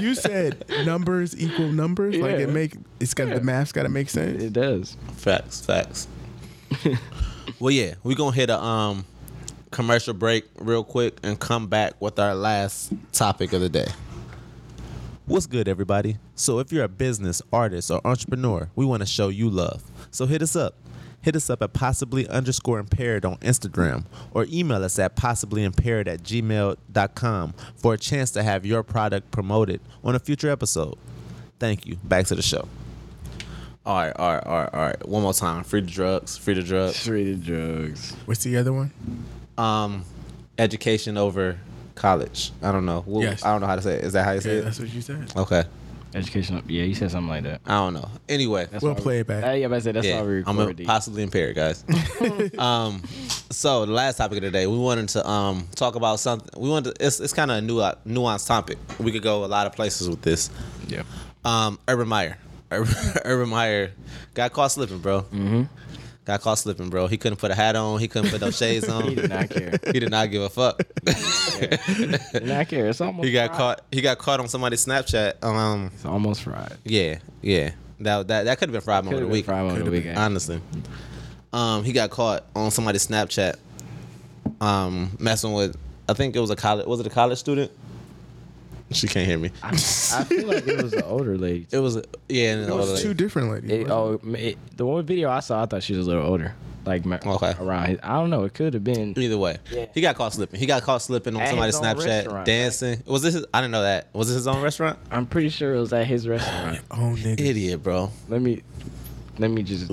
S3: You said numbers equal numbers. Like
S2: Yeah.
S3: it make it's got
S2: Yeah.
S3: the math's got to make sense.
S2: It does.
S4: Facts. Facts. well, yeah, we gonna hit a um commercial break real quick and come back with our last topic of the day. What's good, everybody? So, if you're a business, artist, or entrepreneur, we want to show you love. So, hit us up. Hit us up at possibly underscore impaired on Instagram or email us at possibly impaired at gmail.com for a chance to have your product promoted on a future episode. Thank you. Back to the show. All right, all right, all right, all right. One more time. Free the drugs, free the drugs.
S2: Free to drugs.
S3: What's the other one?
S4: Um, education over college. I don't know. We'll-
S3: Yes.
S4: I don't know how to say it. Is that how you say
S3: Yeah,
S4: it?
S3: that's what you said.
S4: Okay.
S2: Educational. Yeah, you said something like that.
S4: I don't know. Anyway.
S3: We'll play it back.
S2: Uh, yeah, but I said that's why we
S4: Yeah,
S2: record
S4: I'm a-
S2: these.
S4: possibly impaired, guys. um, so the last topic of the day, we wanted to um talk about something. We wanted to, it's it's kind of a nu- nuanced topic. We could go a lot of places with this.
S2: yeah.
S4: Um, Urban Meyer. Urban Meyer got caught slipping, bro. Mm-hmm. Got caught slipping, bro. He couldn't put a hat on. He couldn't put no shades on.
S2: He did not care.
S4: He did not give a fuck.
S2: Did not care. It's almost
S4: he got
S2: fried.
S4: caught. He got caught on somebody's Snapchat. Um,
S2: It's almost fried.
S4: yeah, yeah. That that that could have been Friday
S2: Could have been
S4: moment of the week.
S2: fried over the weekend.
S4: Honestly, um, he got caught on somebody's Snapchat, um, messing with. I think it was a college. Was it a college student? She can't hear me.
S2: I feel like it was the older lady.
S4: It was yeah. And
S3: It was two different ladies.
S2: It, oh,
S3: wasn't
S2: m- it, the one video I saw, I thought she was a little older, like ma-
S4: Okay.
S2: around. His, I don't know. It could have been.
S4: Either way,
S2: Yeah.
S4: he got caught slipping. He got caught slipping on
S2: At
S4: somebody's
S2: his own
S4: Snapchat,
S2: restaurant,
S4: dancing. Was this? His, I didn't know that. Was this his own restaurant?
S2: I'm pretty sure it was at his restaurant.
S3: it? oh nigga.
S4: Idiot, bro.
S2: let me, let me just.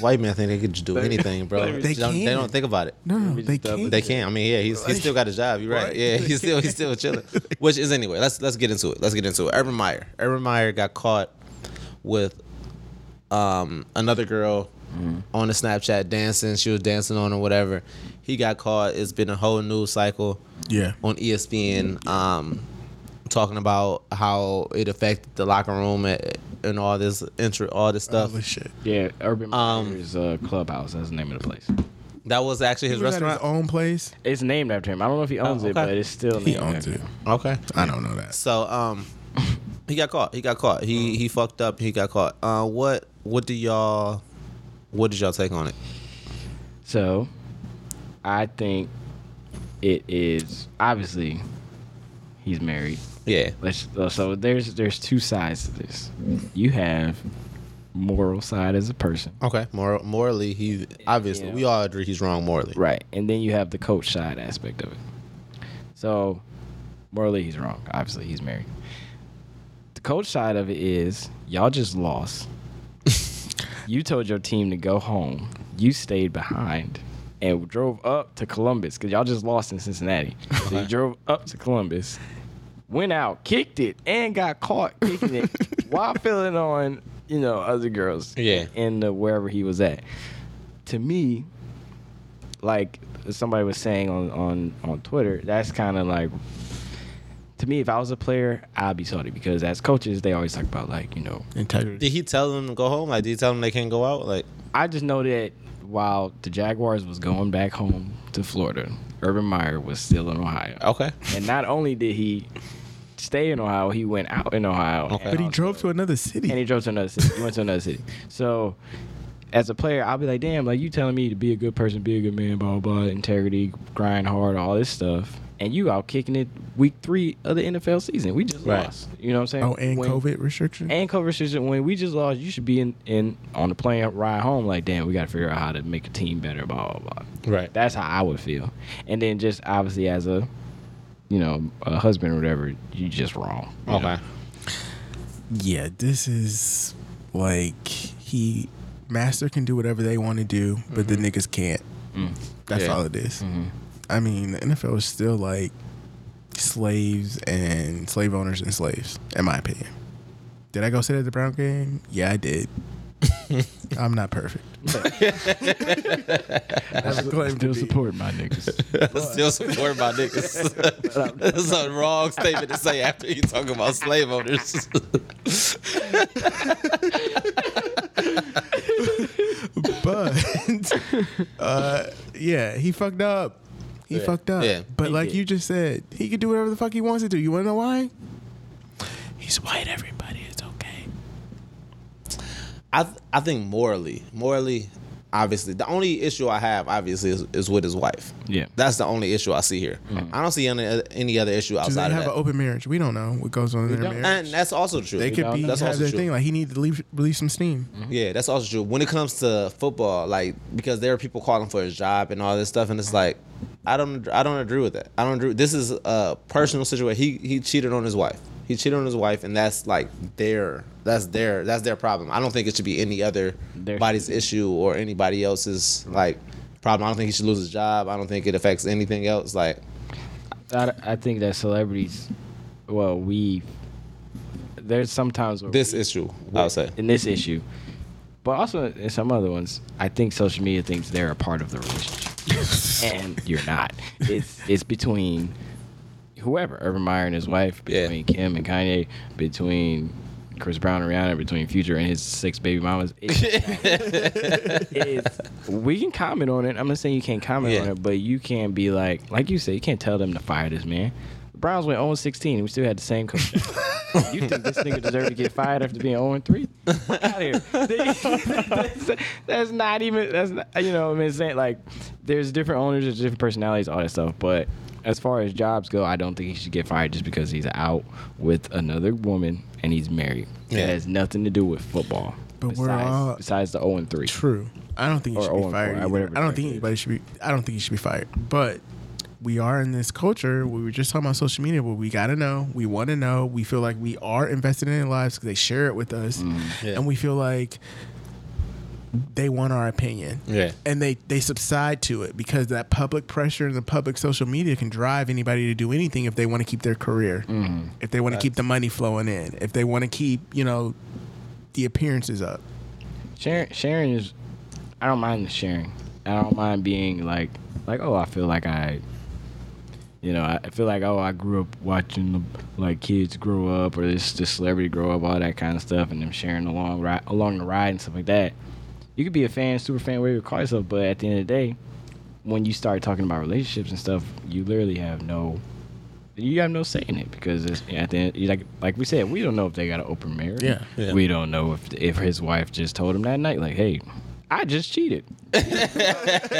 S4: White man think they could just do anything, bro.
S3: They
S4: They don't, they
S3: can.
S4: don't think about it.
S3: No, no,
S2: Maybe
S3: they
S2: just double
S3: can't.
S4: They can't. I mean, yeah, he's, he's still got his job. You're right.
S3: Right.
S4: Yeah, he's still he's still chilling. Which is anyway. Let's let's get into it. Let's get into it. Urban Meyer. Urban Meyer got caught with um another girl
S3: Mm-hmm.
S4: on the Snapchat dancing. She was dancing on or whatever. He got caught. It's been a whole news cycle
S3: Yeah.
S4: on E
S3: Mm-hmm.
S4: ESPN. Um, talking about how it affected the locker room and, and all this intro, all this
S3: All
S4: stuff.
S3: this Oh, shit.
S2: yeah, Urban
S4: Um,
S2: Myers uh, Clubhouse. That's the name of the place.
S4: that was actually
S3: He
S4: his
S3: was at his
S4: restaurant.
S3: own place.
S2: It's named after him. I don't know if he owns it,
S4: Oh, okay.
S2: but it's still
S3: He
S2: named
S3: owns
S2: after
S3: it.
S2: him.
S4: okay.
S3: I don't know that.
S4: So um, he got caught. He got caught. He he fucked up. He got caught. Uh, what what do y'all what did y'all take on it?
S2: So, I think it is obviously he's married.
S4: Yeah.
S2: Let's uh, so there's there's two sides to this. You have moral side as a person,
S4: Okay. Moral, morally, he obviously
S2: Yeah.
S4: we all agree he's wrong morally.
S2: right, and then you have the coach side aspect of it. So morally, he's wrong. Obviously, he's married. The coach side of it is y'all just lost. you told your team to go home. You stayed behind and drove up to Columbus because y'all just lost in Cincinnati. So you drove up to Columbus, went out, kicked it, and got caught kicking it while feeling on you know other girls.
S4: Yeah.
S2: in the wherever he was at. To me, like somebody was saying on on on Twitter, that's kind of like to me, if I was a player, I'd be salty because as coaches, they always talk about like you know.
S3: Integrity.
S4: Did he tell them to go home? Like, did he tell them they can't go out? Like,
S2: I just know that while the Jaguars was going back home to Florida, Urban Meyer was still in Ohio,
S4: okay,
S2: and not only did he stay in Ohio, he went out in Ohio.
S4: Okay.
S2: and
S3: But he
S2: out-
S3: drove to another city.
S2: and he drove to another city. He went to another city. So as a player, I'll be like, damn, like you telling me to be a good person, be a good man, blah blah, blah integrity, grind hard, all this stuff. And you out kicking it week three of the NFL season. We just
S4: Right.
S2: lost. You know what I'm saying?
S3: oh, and
S2: When-
S3: COVID restrictions.
S2: And COVID restriction. When we just lost, you should be in, in on the plane ride home. Like, damn, we got to figure out how to make a team better. Blah blah blah.
S4: right.
S2: That's how I would feel. And then just obviously as a, you know, a husband or whatever, you just wrong. you know?
S4: okay.
S3: yeah, this is like he master can do whatever they want to do, but the niggas can't. That's
S4: Yeah.
S3: all it is. I mean, the NFL is still like slaves and slave owners and slaves, in my opinion. Did I go sit at the Brown game? Yeah, I did. I'm not perfect. I'm claiming
S2: Still
S3: to be.
S2: support my niggas.
S4: Still support my niggas. That's a wrong statement to say after you talk about slave owners.
S3: but uh, yeah, he fucked up. He
S4: Yeah.
S3: fucked up.
S4: Yeah.
S3: But
S2: He
S3: like
S2: did.
S3: you just said, he could do whatever the fuck he wants to do. You want to know why? He's white. Everybody, it's okay.
S4: I th- I think morally, morally, obviously, the only issue I have obviously is, is with his wife.
S2: Yeah.
S4: that's the only issue I see here.
S2: Mm.
S4: I don't see any any other issue
S3: Do they
S4: outside of
S3: have an
S4: that.
S3: open marriage? We don't know what goes on in their
S2: don't.
S3: marriage.
S4: and that's also true.
S3: they could
S2: don't
S3: be
S2: know.
S4: That's
S3: have
S4: also
S3: their
S4: true.
S3: thing. Like he needed to leave, release some steam.
S4: yeah, that's also true. When it comes to football, like because there are people calling for his job and all this stuff, and it's like I don't I don't agree with that. I don't agree. This is a personal situation. He he cheated on his wife. He cheated on his wife, and that's like their that's their that's their problem. I don't think it should be any other
S2: Their-
S4: body's issue or anybody else's like problem. I don't think he should lose his job. I don't think it affects anything else. Like
S2: I, I think that celebrities, well, we there's sometimes where
S4: this
S2: we-
S4: issue, I would say.
S2: in this issue, but also in some other ones. I think social media thinks they're a part of the relationship, and you're not. It's it's between whoever Urban Meyer and his wife,
S4: Yeah.
S2: between Kim and Kanye, between Chris Brown and Rihanna between Future and his six baby mamas. It, it is, we can comment on it. I'm not saying you can't comment on
S4: Yeah.
S2: it, but you can be like, like you said, you can't tell them to fire this man. The Browns went 0 16 and we still had the same coach. you think this nigga deserve to get fired after being 0 3? Out here. that's, that's not even, that's not, you know what I'm saying? Like, there's different owners, there's different personalities, all that stuff. But as far as jobs go, I don't think he should get fired just because he's out with another woman and he's married.
S4: Yeah.
S2: It has nothing to do with football.
S3: But we're
S2: besides,
S3: all-
S2: besides the 0 and 3.
S3: True. I don't think he
S2: Or
S3: should be
S2: 0-4,
S3: fired.
S2: or
S3: either.
S2: whatever
S3: I
S2: the
S3: don't
S2: fact
S3: think
S2: is.
S3: anybody should be. I don't think he should be fired. But we are in this culture. We were just talking about social media, where we gotta know, we want to know, we feel like we are invested in their lives because they share it with us,
S2: Mm.
S4: Yeah.
S3: and we feel like they want our opinion.
S4: Yeah.
S3: And they they subside to it because that public pressure and the public social media can drive anybody to do anything if they want to keep their career,
S2: Mm-hmm.
S3: if they want to keep the money flowing in, if they want to keep you know the appearances up.
S2: Sharing, sharing is. I don't mind the sharing. I don't mind being like, like, oh, I feel like I, you know, I feel like, oh, I grew up watching the, like kids grow up or this this celebrity grow up, all that kind of stuff, and them sharing along ride along the ride and stuff like that. You could be a fan, super fan, whatever you call yourself, but at the end of the day, when you start talking about relationships and stuff, you literally have no. You have no say in it because it's, at the end, like like we said, we don't know if they got an open marriage.
S3: Yeah,
S4: yeah.
S2: we don't know if if his wife just told him that night, like, "Hey, I just cheated." you should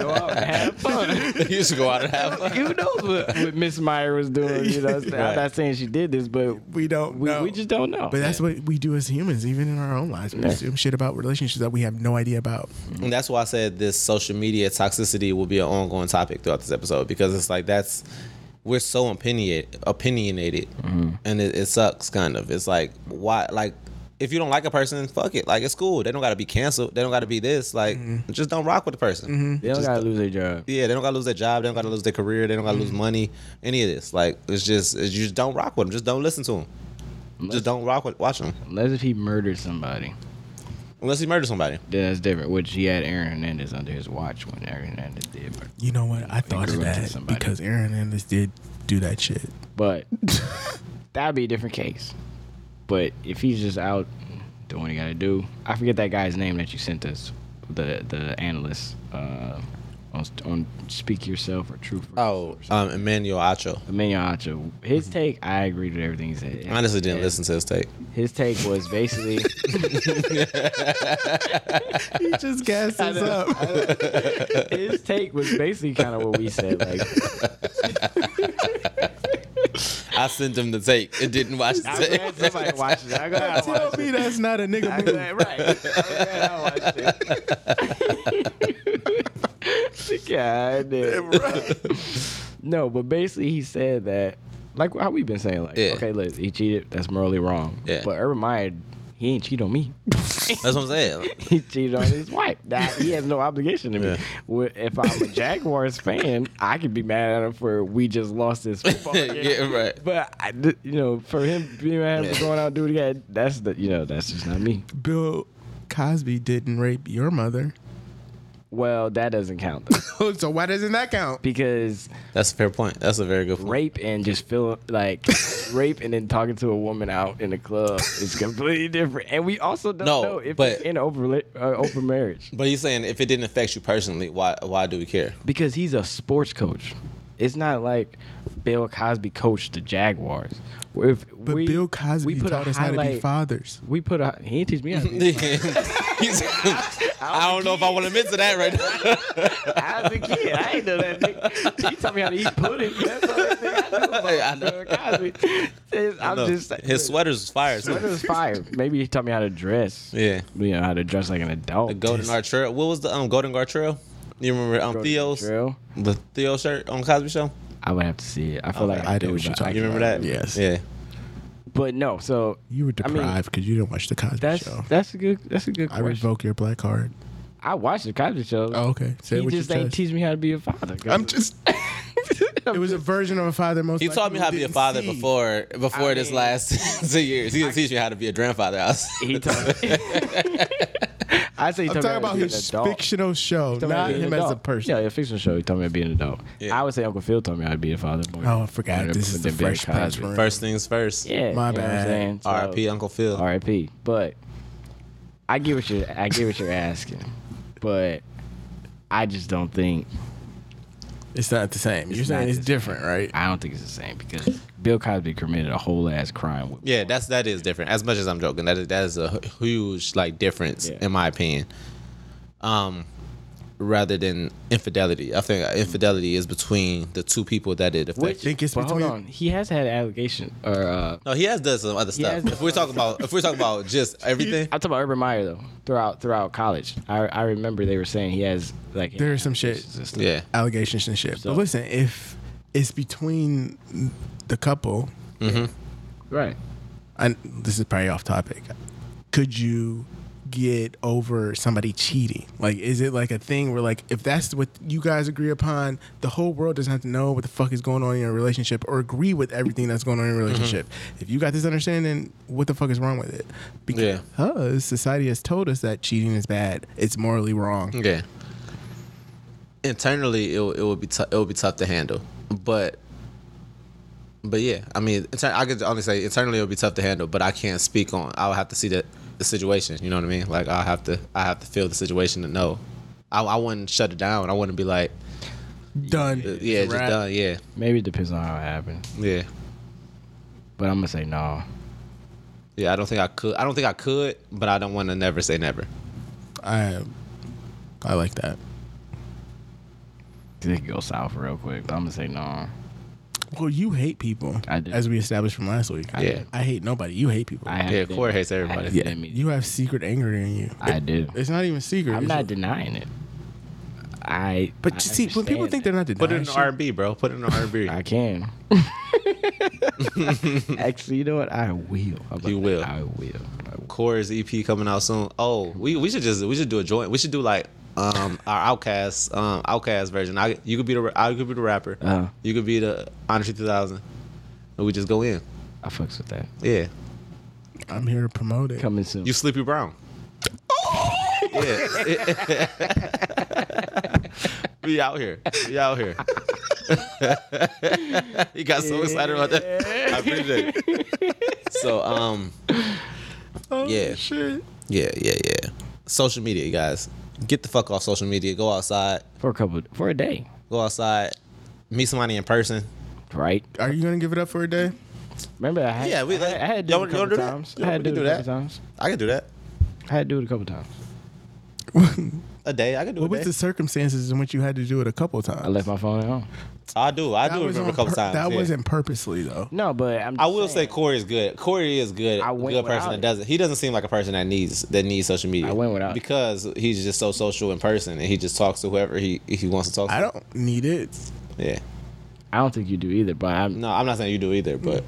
S2: go out and have fun.
S4: you should go out and have fun.
S2: Who knows what, what Miss Meyer was doing? You know, what I'm saying? I'm
S4: Right.
S2: not saying she did this, but
S3: We don't.
S2: we,
S3: know.
S2: we just don't know.
S3: But that's what we do as humans, even in our own lives. We assume shit about relationships that we have no idea about.
S4: And that's why I said this social media toxicity will be an ongoing topic throughout this episode because it's like that's we're so opinionated, opinionated, and it, it sucks. Kind of, it's like why, like if you don't like a person, fuck it. Like it's cool. They don't got to be canceled. They don't got to be this. Like just don't rock with the person.
S2: they don't gotta lose their job.
S4: Yeah, they don't gotta lose their job. They don't gotta lose their career. They don't gotta lose money. Any of this, like it's just it's, you just don't rock with them. Just don't listen to them. Just don't rock with watch them
S2: Unless if he murdered somebody,
S4: unless he murders somebody.
S2: then that's different. Which he had Aaron Hernandez under his watch when Aaron Hernandez did. murder.
S3: You know what? I thought of
S2: grew up to
S3: that
S2: somebody.
S3: because Aaron Anders did do that shit.
S2: But that'd be a different case. But if he's just out doing what he gotta do, I forget that guy's name that you sent us, the the analyst uh, on on Speak Yourself or Truth. or-
S4: Oh, um, Emmanuel Acho.
S2: Emmanuel Acho. His take, I agreed with everything he said.
S4: I honestly didn't
S2: And
S4: listen to his take.
S2: His take was basically.
S3: He just gassed us up.
S2: his take was basically kind of what we said. Like,
S4: I sent him the take. It didn't watch the
S2: I'm glad
S4: tape.
S2: somebody watched it. I'm glad I
S3: Tell
S2: watched
S3: me
S2: it.
S3: that's not a
S2: I'm
S3: nigga move.
S2: glad, right. I'm glad I watched it. God damn. No, but basically he said that, like how we've been saying, like,
S4: Yeah.
S2: okay, look, he cheated. That's morally wrong.
S4: Yeah.
S2: But Urban Meyer, he ain't cheat on me.
S4: That's what I'm saying.
S2: he cheated on his wife. That he has no obligation to me.
S4: Yeah.
S2: Well, If I'm a Jaguars fan, I could be mad at him for we just lost this football game.
S4: yeah, right.
S2: But I, d- you know, for him being mad for going out and doing that, that's the you know that's just not me.
S3: Bill Cosby didn't rape your mother.
S2: Well, that doesn't count though,
S3: so why doesn't that count?
S2: because
S4: That's a fair point. That's a very good point.
S2: rape and just feel like rape and then talking to a woman out in the club is completely different. And we also don't
S4: No,
S2: know if
S4: but-
S2: it's in open rela- uh, open marriage
S4: But he's saying if it didn't affect you personally, why why do we care?
S2: because he's a sports coach. It's not like Bill Cosby coached the Jaguars. If
S3: But
S2: we-
S3: Bill Cosby
S2: we put
S3: taught
S2: a
S3: us how to be
S2: highlight-
S3: fathers.
S2: We put a he didn't teach me how to be a
S4: He's- I don't know if I want to admit to that right now.
S2: I was a kid. I ain't know that nigga. He taught me how to eat pudding. That's the only thing I knew about
S4: I know.
S2: Bill Cosby. It's- I'm
S4: No,
S2: just
S4: his sweater's fire. too.
S2: Sweater was fire. Maybe he taught me how to dress.
S4: Yeah.
S2: You know how to dress like an adult.
S4: The Golden Guard Trail. What was the um Golden Guard Trail? You remember um
S2: Go to the
S4: Theo's
S2: drill.
S4: the Theo shirt on Cosby Show?
S2: I would have to see it. I feel like
S3: I
S2: do,
S3: know what you're
S2: but
S3: talking
S4: You remember
S3: Right.
S4: that?
S3: Yes.
S4: Yeah.
S2: But no, so
S3: You were
S2: I mean,
S3: deprived because you didn't watch the Cosby
S2: that's
S3: Show.
S2: that's a good that's a good
S3: I
S2: question.
S3: revoke your black card.
S2: I, watched the Cosby Show.
S3: Oh, okay. Say
S2: he
S3: what
S2: just
S3: you
S2: ain't
S3: chose.
S2: teach me how to be a father. 'cause
S3: I'm just. it was a version of a father. Most
S4: He taught me how to be a father before before
S2: I
S4: this
S2: mean-
S4: last two years. He didn't teach me how to be a grandfather. I was,
S2: he taught me. I say he
S3: I'm
S2: told me
S3: talking
S2: I was
S3: about
S2: being an
S3: his
S2: adult.
S3: fictional show,
S2: Told me I
S3: not
S2: was being
S3: him
S2: an
S3: as a
S2: adult.
S3: person.
S2: Yeah, a fictional show. He told me I'd be an adult.
S4: Yeah.
S2: I would say Uncle Phil told me I'd be a father. Boy.
S3: Oh, I forgot. This is the Fresh Prince room.
S4: First things first.
S2: Yeah,
S3: My
S2: you know what I'm
S3: bad.
S2: saying? So-
S4: R.I.P. Uncle Phil.
S2: R.I.P. But I get what you're I get what you're asking, but I just don't think
S3: It's not the same. You're
S2: It's
S3: saying
S2: not
S3: it's
S2: the
S3: different, right?
S2: I don't think it's the same because Bill Cosby committed a whole ass crime. With,
S4: Yeah, that's that is different. As much as I'm joking, that is that is a hu- huge like difference
S2: Yeah.
S4: in my opinion. Um, rather than infidelity, I think infidelity is between the two people that it affects.
S2: which,
S3: think it's
S2: but hold
S3: between-
S2: on, he has had allegations. Or uh,
S4: no, he has done some other
S2: has
S4: stuff.
S2: done
S4: If we're talking about if we're talking about just everything,
S2: I'm talking about Urban Meyer though. Throughout throughout college, I I remember they were saying he has like
S3: There's some shit.
S2: allegations and stuff.
S4: yeah,
S3: Allegations and shit.
S2: So-
S3: but listen, if it's between the couple,
S2: right.
S3: and this is probably off topic. Could you get over somebody cheating? Like, is it like a thing where like if that's what you guys agree upon, the whole world doesn't have to know what the fuck is going on in your relationship or agree with everything that's going on in your
S4: Mm-hmm.
S3: relationship. If you got this understanding, what the fuck is wrong with it? Because society has told us that cheating is bad. It's morally wrong.
S4: yeah. Internally, it will- it would be tou- it would be tough to handle, but. But yeah, I mean, inter- I could only say internally it would be tough to handle, but I can't speak on. I would have to see the, the situation. You know what I mean? Like I have to, I have to feel the situation to know. I, I wouldn't shut it down. I wouldn't be like, uh,
S3: Done.
S4: yeah, just
S3: Wrap.
S4: done. Yeah,
S2: Maybe it depends on how it happened,
S4: yeah,
S2: but I'm gonna say no.
S4: yeah. I don't think I could. I don't think I could, but I don't want to never say never.
S3: I, I like that.
S2: 'Cause It could go south real quick, but I'm gonna say no.
S3: Well, you hate people,
S2: I do.
S3: as we established from last week. I-
S4: Yeah.
S3: I hate nobody. You hate people.
S2: I have
S4: Yeah,
S2: to-
S4: Corey hates
S2: I have
S4: everybody.
S2: to
S4: Yeah,
S2: admit-
S3: You have secret anger in you.
S2: I do.
S3: It's not even secret.
S2: I'm
S3: It's-
S2: not denying it. I.
S3: But
S2: I
S3: you see, when people
S2: understand
S3: think
S2: that.
S3: they're not
S4: Put it
S3: denying
S4: in
S3: shit,
S4: R and B, bro. Put it in R and B.
S2: I can. Actually, you know what? I will. How about
S4: You
S2: that?
S4: will.
S2: I will. I will.
S4: Corey's EP coming out soon. Oh, we, we should just we should do a joint. We should do like um our Outcast um Outcast version. I you could be the ra- I could be the rapper.
S2: Uh-huh.
S4: You could be the Andre 3000. And we just go in.
S2: I fucks with that.
S4: Yeah.
S3: I'm here to promote it.
S2: Coming soon.
S4: You Sleepy Brown. yeah. we out here. We out here. he got so excited about that. I appreciate it. So um
S3: Oh,
S4: yeah.
S3: Shit.
S4: Yeah, yeah, yeah. Social media, you guys. Get the fuck off social media. Go outside.
S2: for a couple, for a day,
S4: Go outside. Meet somebody in person.
S2: right?
S3: Are you gonna give it up for a day?
S2: Remember, I had,
S4: Yeah, we-
S2: I, had- I had to do
S4: y'all-
S2: it a
S4: y'all
S2: couple
S4: do that?
S2: times.
S4: Yeah,
S2: I had to do
S4: we
S2: it
S4: do
S2: a couple times.
S4: I can do that.
S2: I had to do it a couple times.
S4: A day. I can do
S3: What
S4: it.
S3: was the circumstances in which you had to do it a couple times?
S2: I left my phone at home.
S4: I do. I do
S3: was
S4: remember a
S3: on
S4: couple
S3: pur-
S4: times.
S3: That
S4: yeah.
S3: wasn't purposely though.
S2: No, but I'm.
S4: I
S2: just
S4: will say
S2: saying,
S4: Corey is good. Corey is good.
S2: I
S4: A
S2: went
S4: good person
S2: without it.
S4: that doesn't. He doesn't seem like a person that needs that needs social media.
S2: I went without it.
S4: because he's just so social in person and he just talks to whoever he he wants to talk to.
S3: I don't need it.
S4: Yeah.
S2: I don't think you do either, but I'm.
S4: No, I'm not saying you do either, but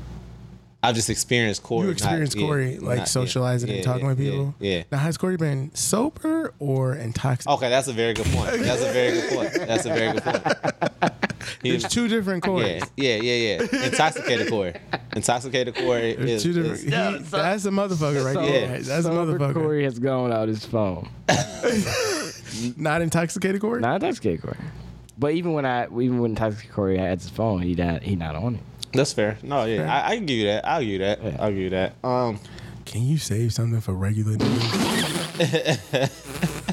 S4: I've just experienced Corey.
S3: Mm. You
S4: not-
S3: experienced
S4: yeah,
S3: Corey like
S4: not- yeah,
S3: socializing
S4: yeah,
S3: and talking
S4: yeah,
S3: with people.
S4: Yeah. Oh, yeah.
S3: Now has Corey been sober or intoxicated?
S4: Okay, that's a very good point. That's a very good point. That's a very good point. He-
S3: There's two different Corys.
S4: yeah, yeah, yeah, yeah. Intoxicated Corey. Intoxicated Corey
S3: There's
S4: is,
S3: two different.
S4: is-
S3: he- that's a motherfucker right
S2: So-
S3: there. That's a
S2: sober
S3: motherfucker.
S2: Corey has gone out his phone.
S3: Not intoxicated Corey.
S2: Not intoxicated Corey. But even when I, even when intoxicated Corey had his phone, he not he not on it.
S4: that's fair. No, yeah,
S3: Fair.
S4: I, I can give you that. I'll give you that.
S2: Yeah.
S4: I'll give you that. Um,
S3: Can you save something for regular news?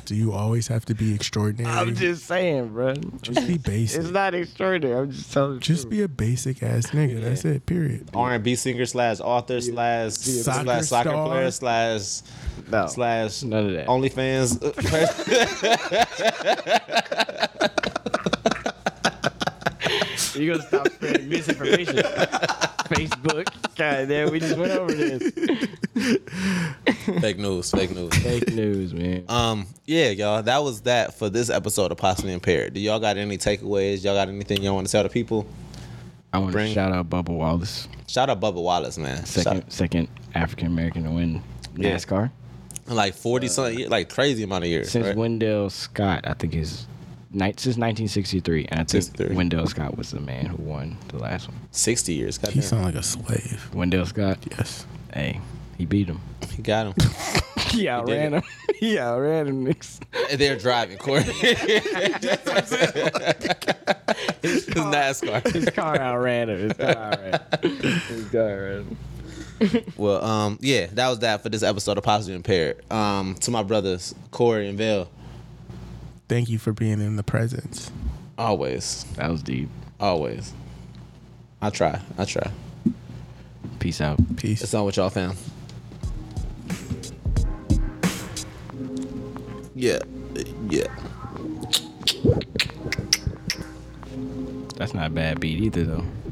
S3: Do you always have to be extraordinary?
S2: I'm just saying, bro.
S3: Just be basic.
S2: It's not extraordinary. I'm just telling. the
S3: just
S2: truth.
S3: be a basic ass nigga. That's it. Period.
S4: R and B singer slash author slash
S3: Soccer
S4: slash soccer
S3: star.
S4: player slash
S2: no.
S4: slash
S2: Oh. None of that.
S4: OnlyFans. uh, person.
S2: You gonna stop spreading misinformation? Facebook. God damn, we just went over this.
S4: fake news. Fake news.
S2: Fake news, man.
S4: Um, yeah, y'all. That was that for this episode of Possibly Impaired. Do y'all got any takeaways? Y'all got anything y'all want to tell the people?
S2: I want to
S4: bring-
S2: shout out Bubba Wallace,
S4: Shout out Bubba Wallace, man.
S2: second
S4: Shout-
S2: second African American to win
S4: Yeah.
S2: NASCAR
S4: like forty something, year- like crazy amount of years.
S2: since
S4: right?
S2: Wendell Scott. I think is night since 1963, and I think
S4: 63.
S2: Wendell Scott was the man who won the last one.
S4: Sixty years. God
S3: He
S4: damn.
S3: sound like a slave.
S2: Wendell Scott.
S3: Yes.
S2: Hey, he beat him.
S4: He got him.
S2: He outran him. He outran him. niggas.
S4: They're driving, Corey. It's NASCAR.
S2: His car outran him. His car outran him. His car outran him.
S4: Well, um, yeah, that was that for this episode of Positive Impaired. Um, to my brothers, Corey and Vale,
S3: Thank you for being in the presence.
S4: always,
S2: That was deep.
S4: always. I try, I try.
S2: Peace out.
S3: Peace.
S4: It's on what y'all found. Yeah, yeah.
S2: That's not a bad beat either, though.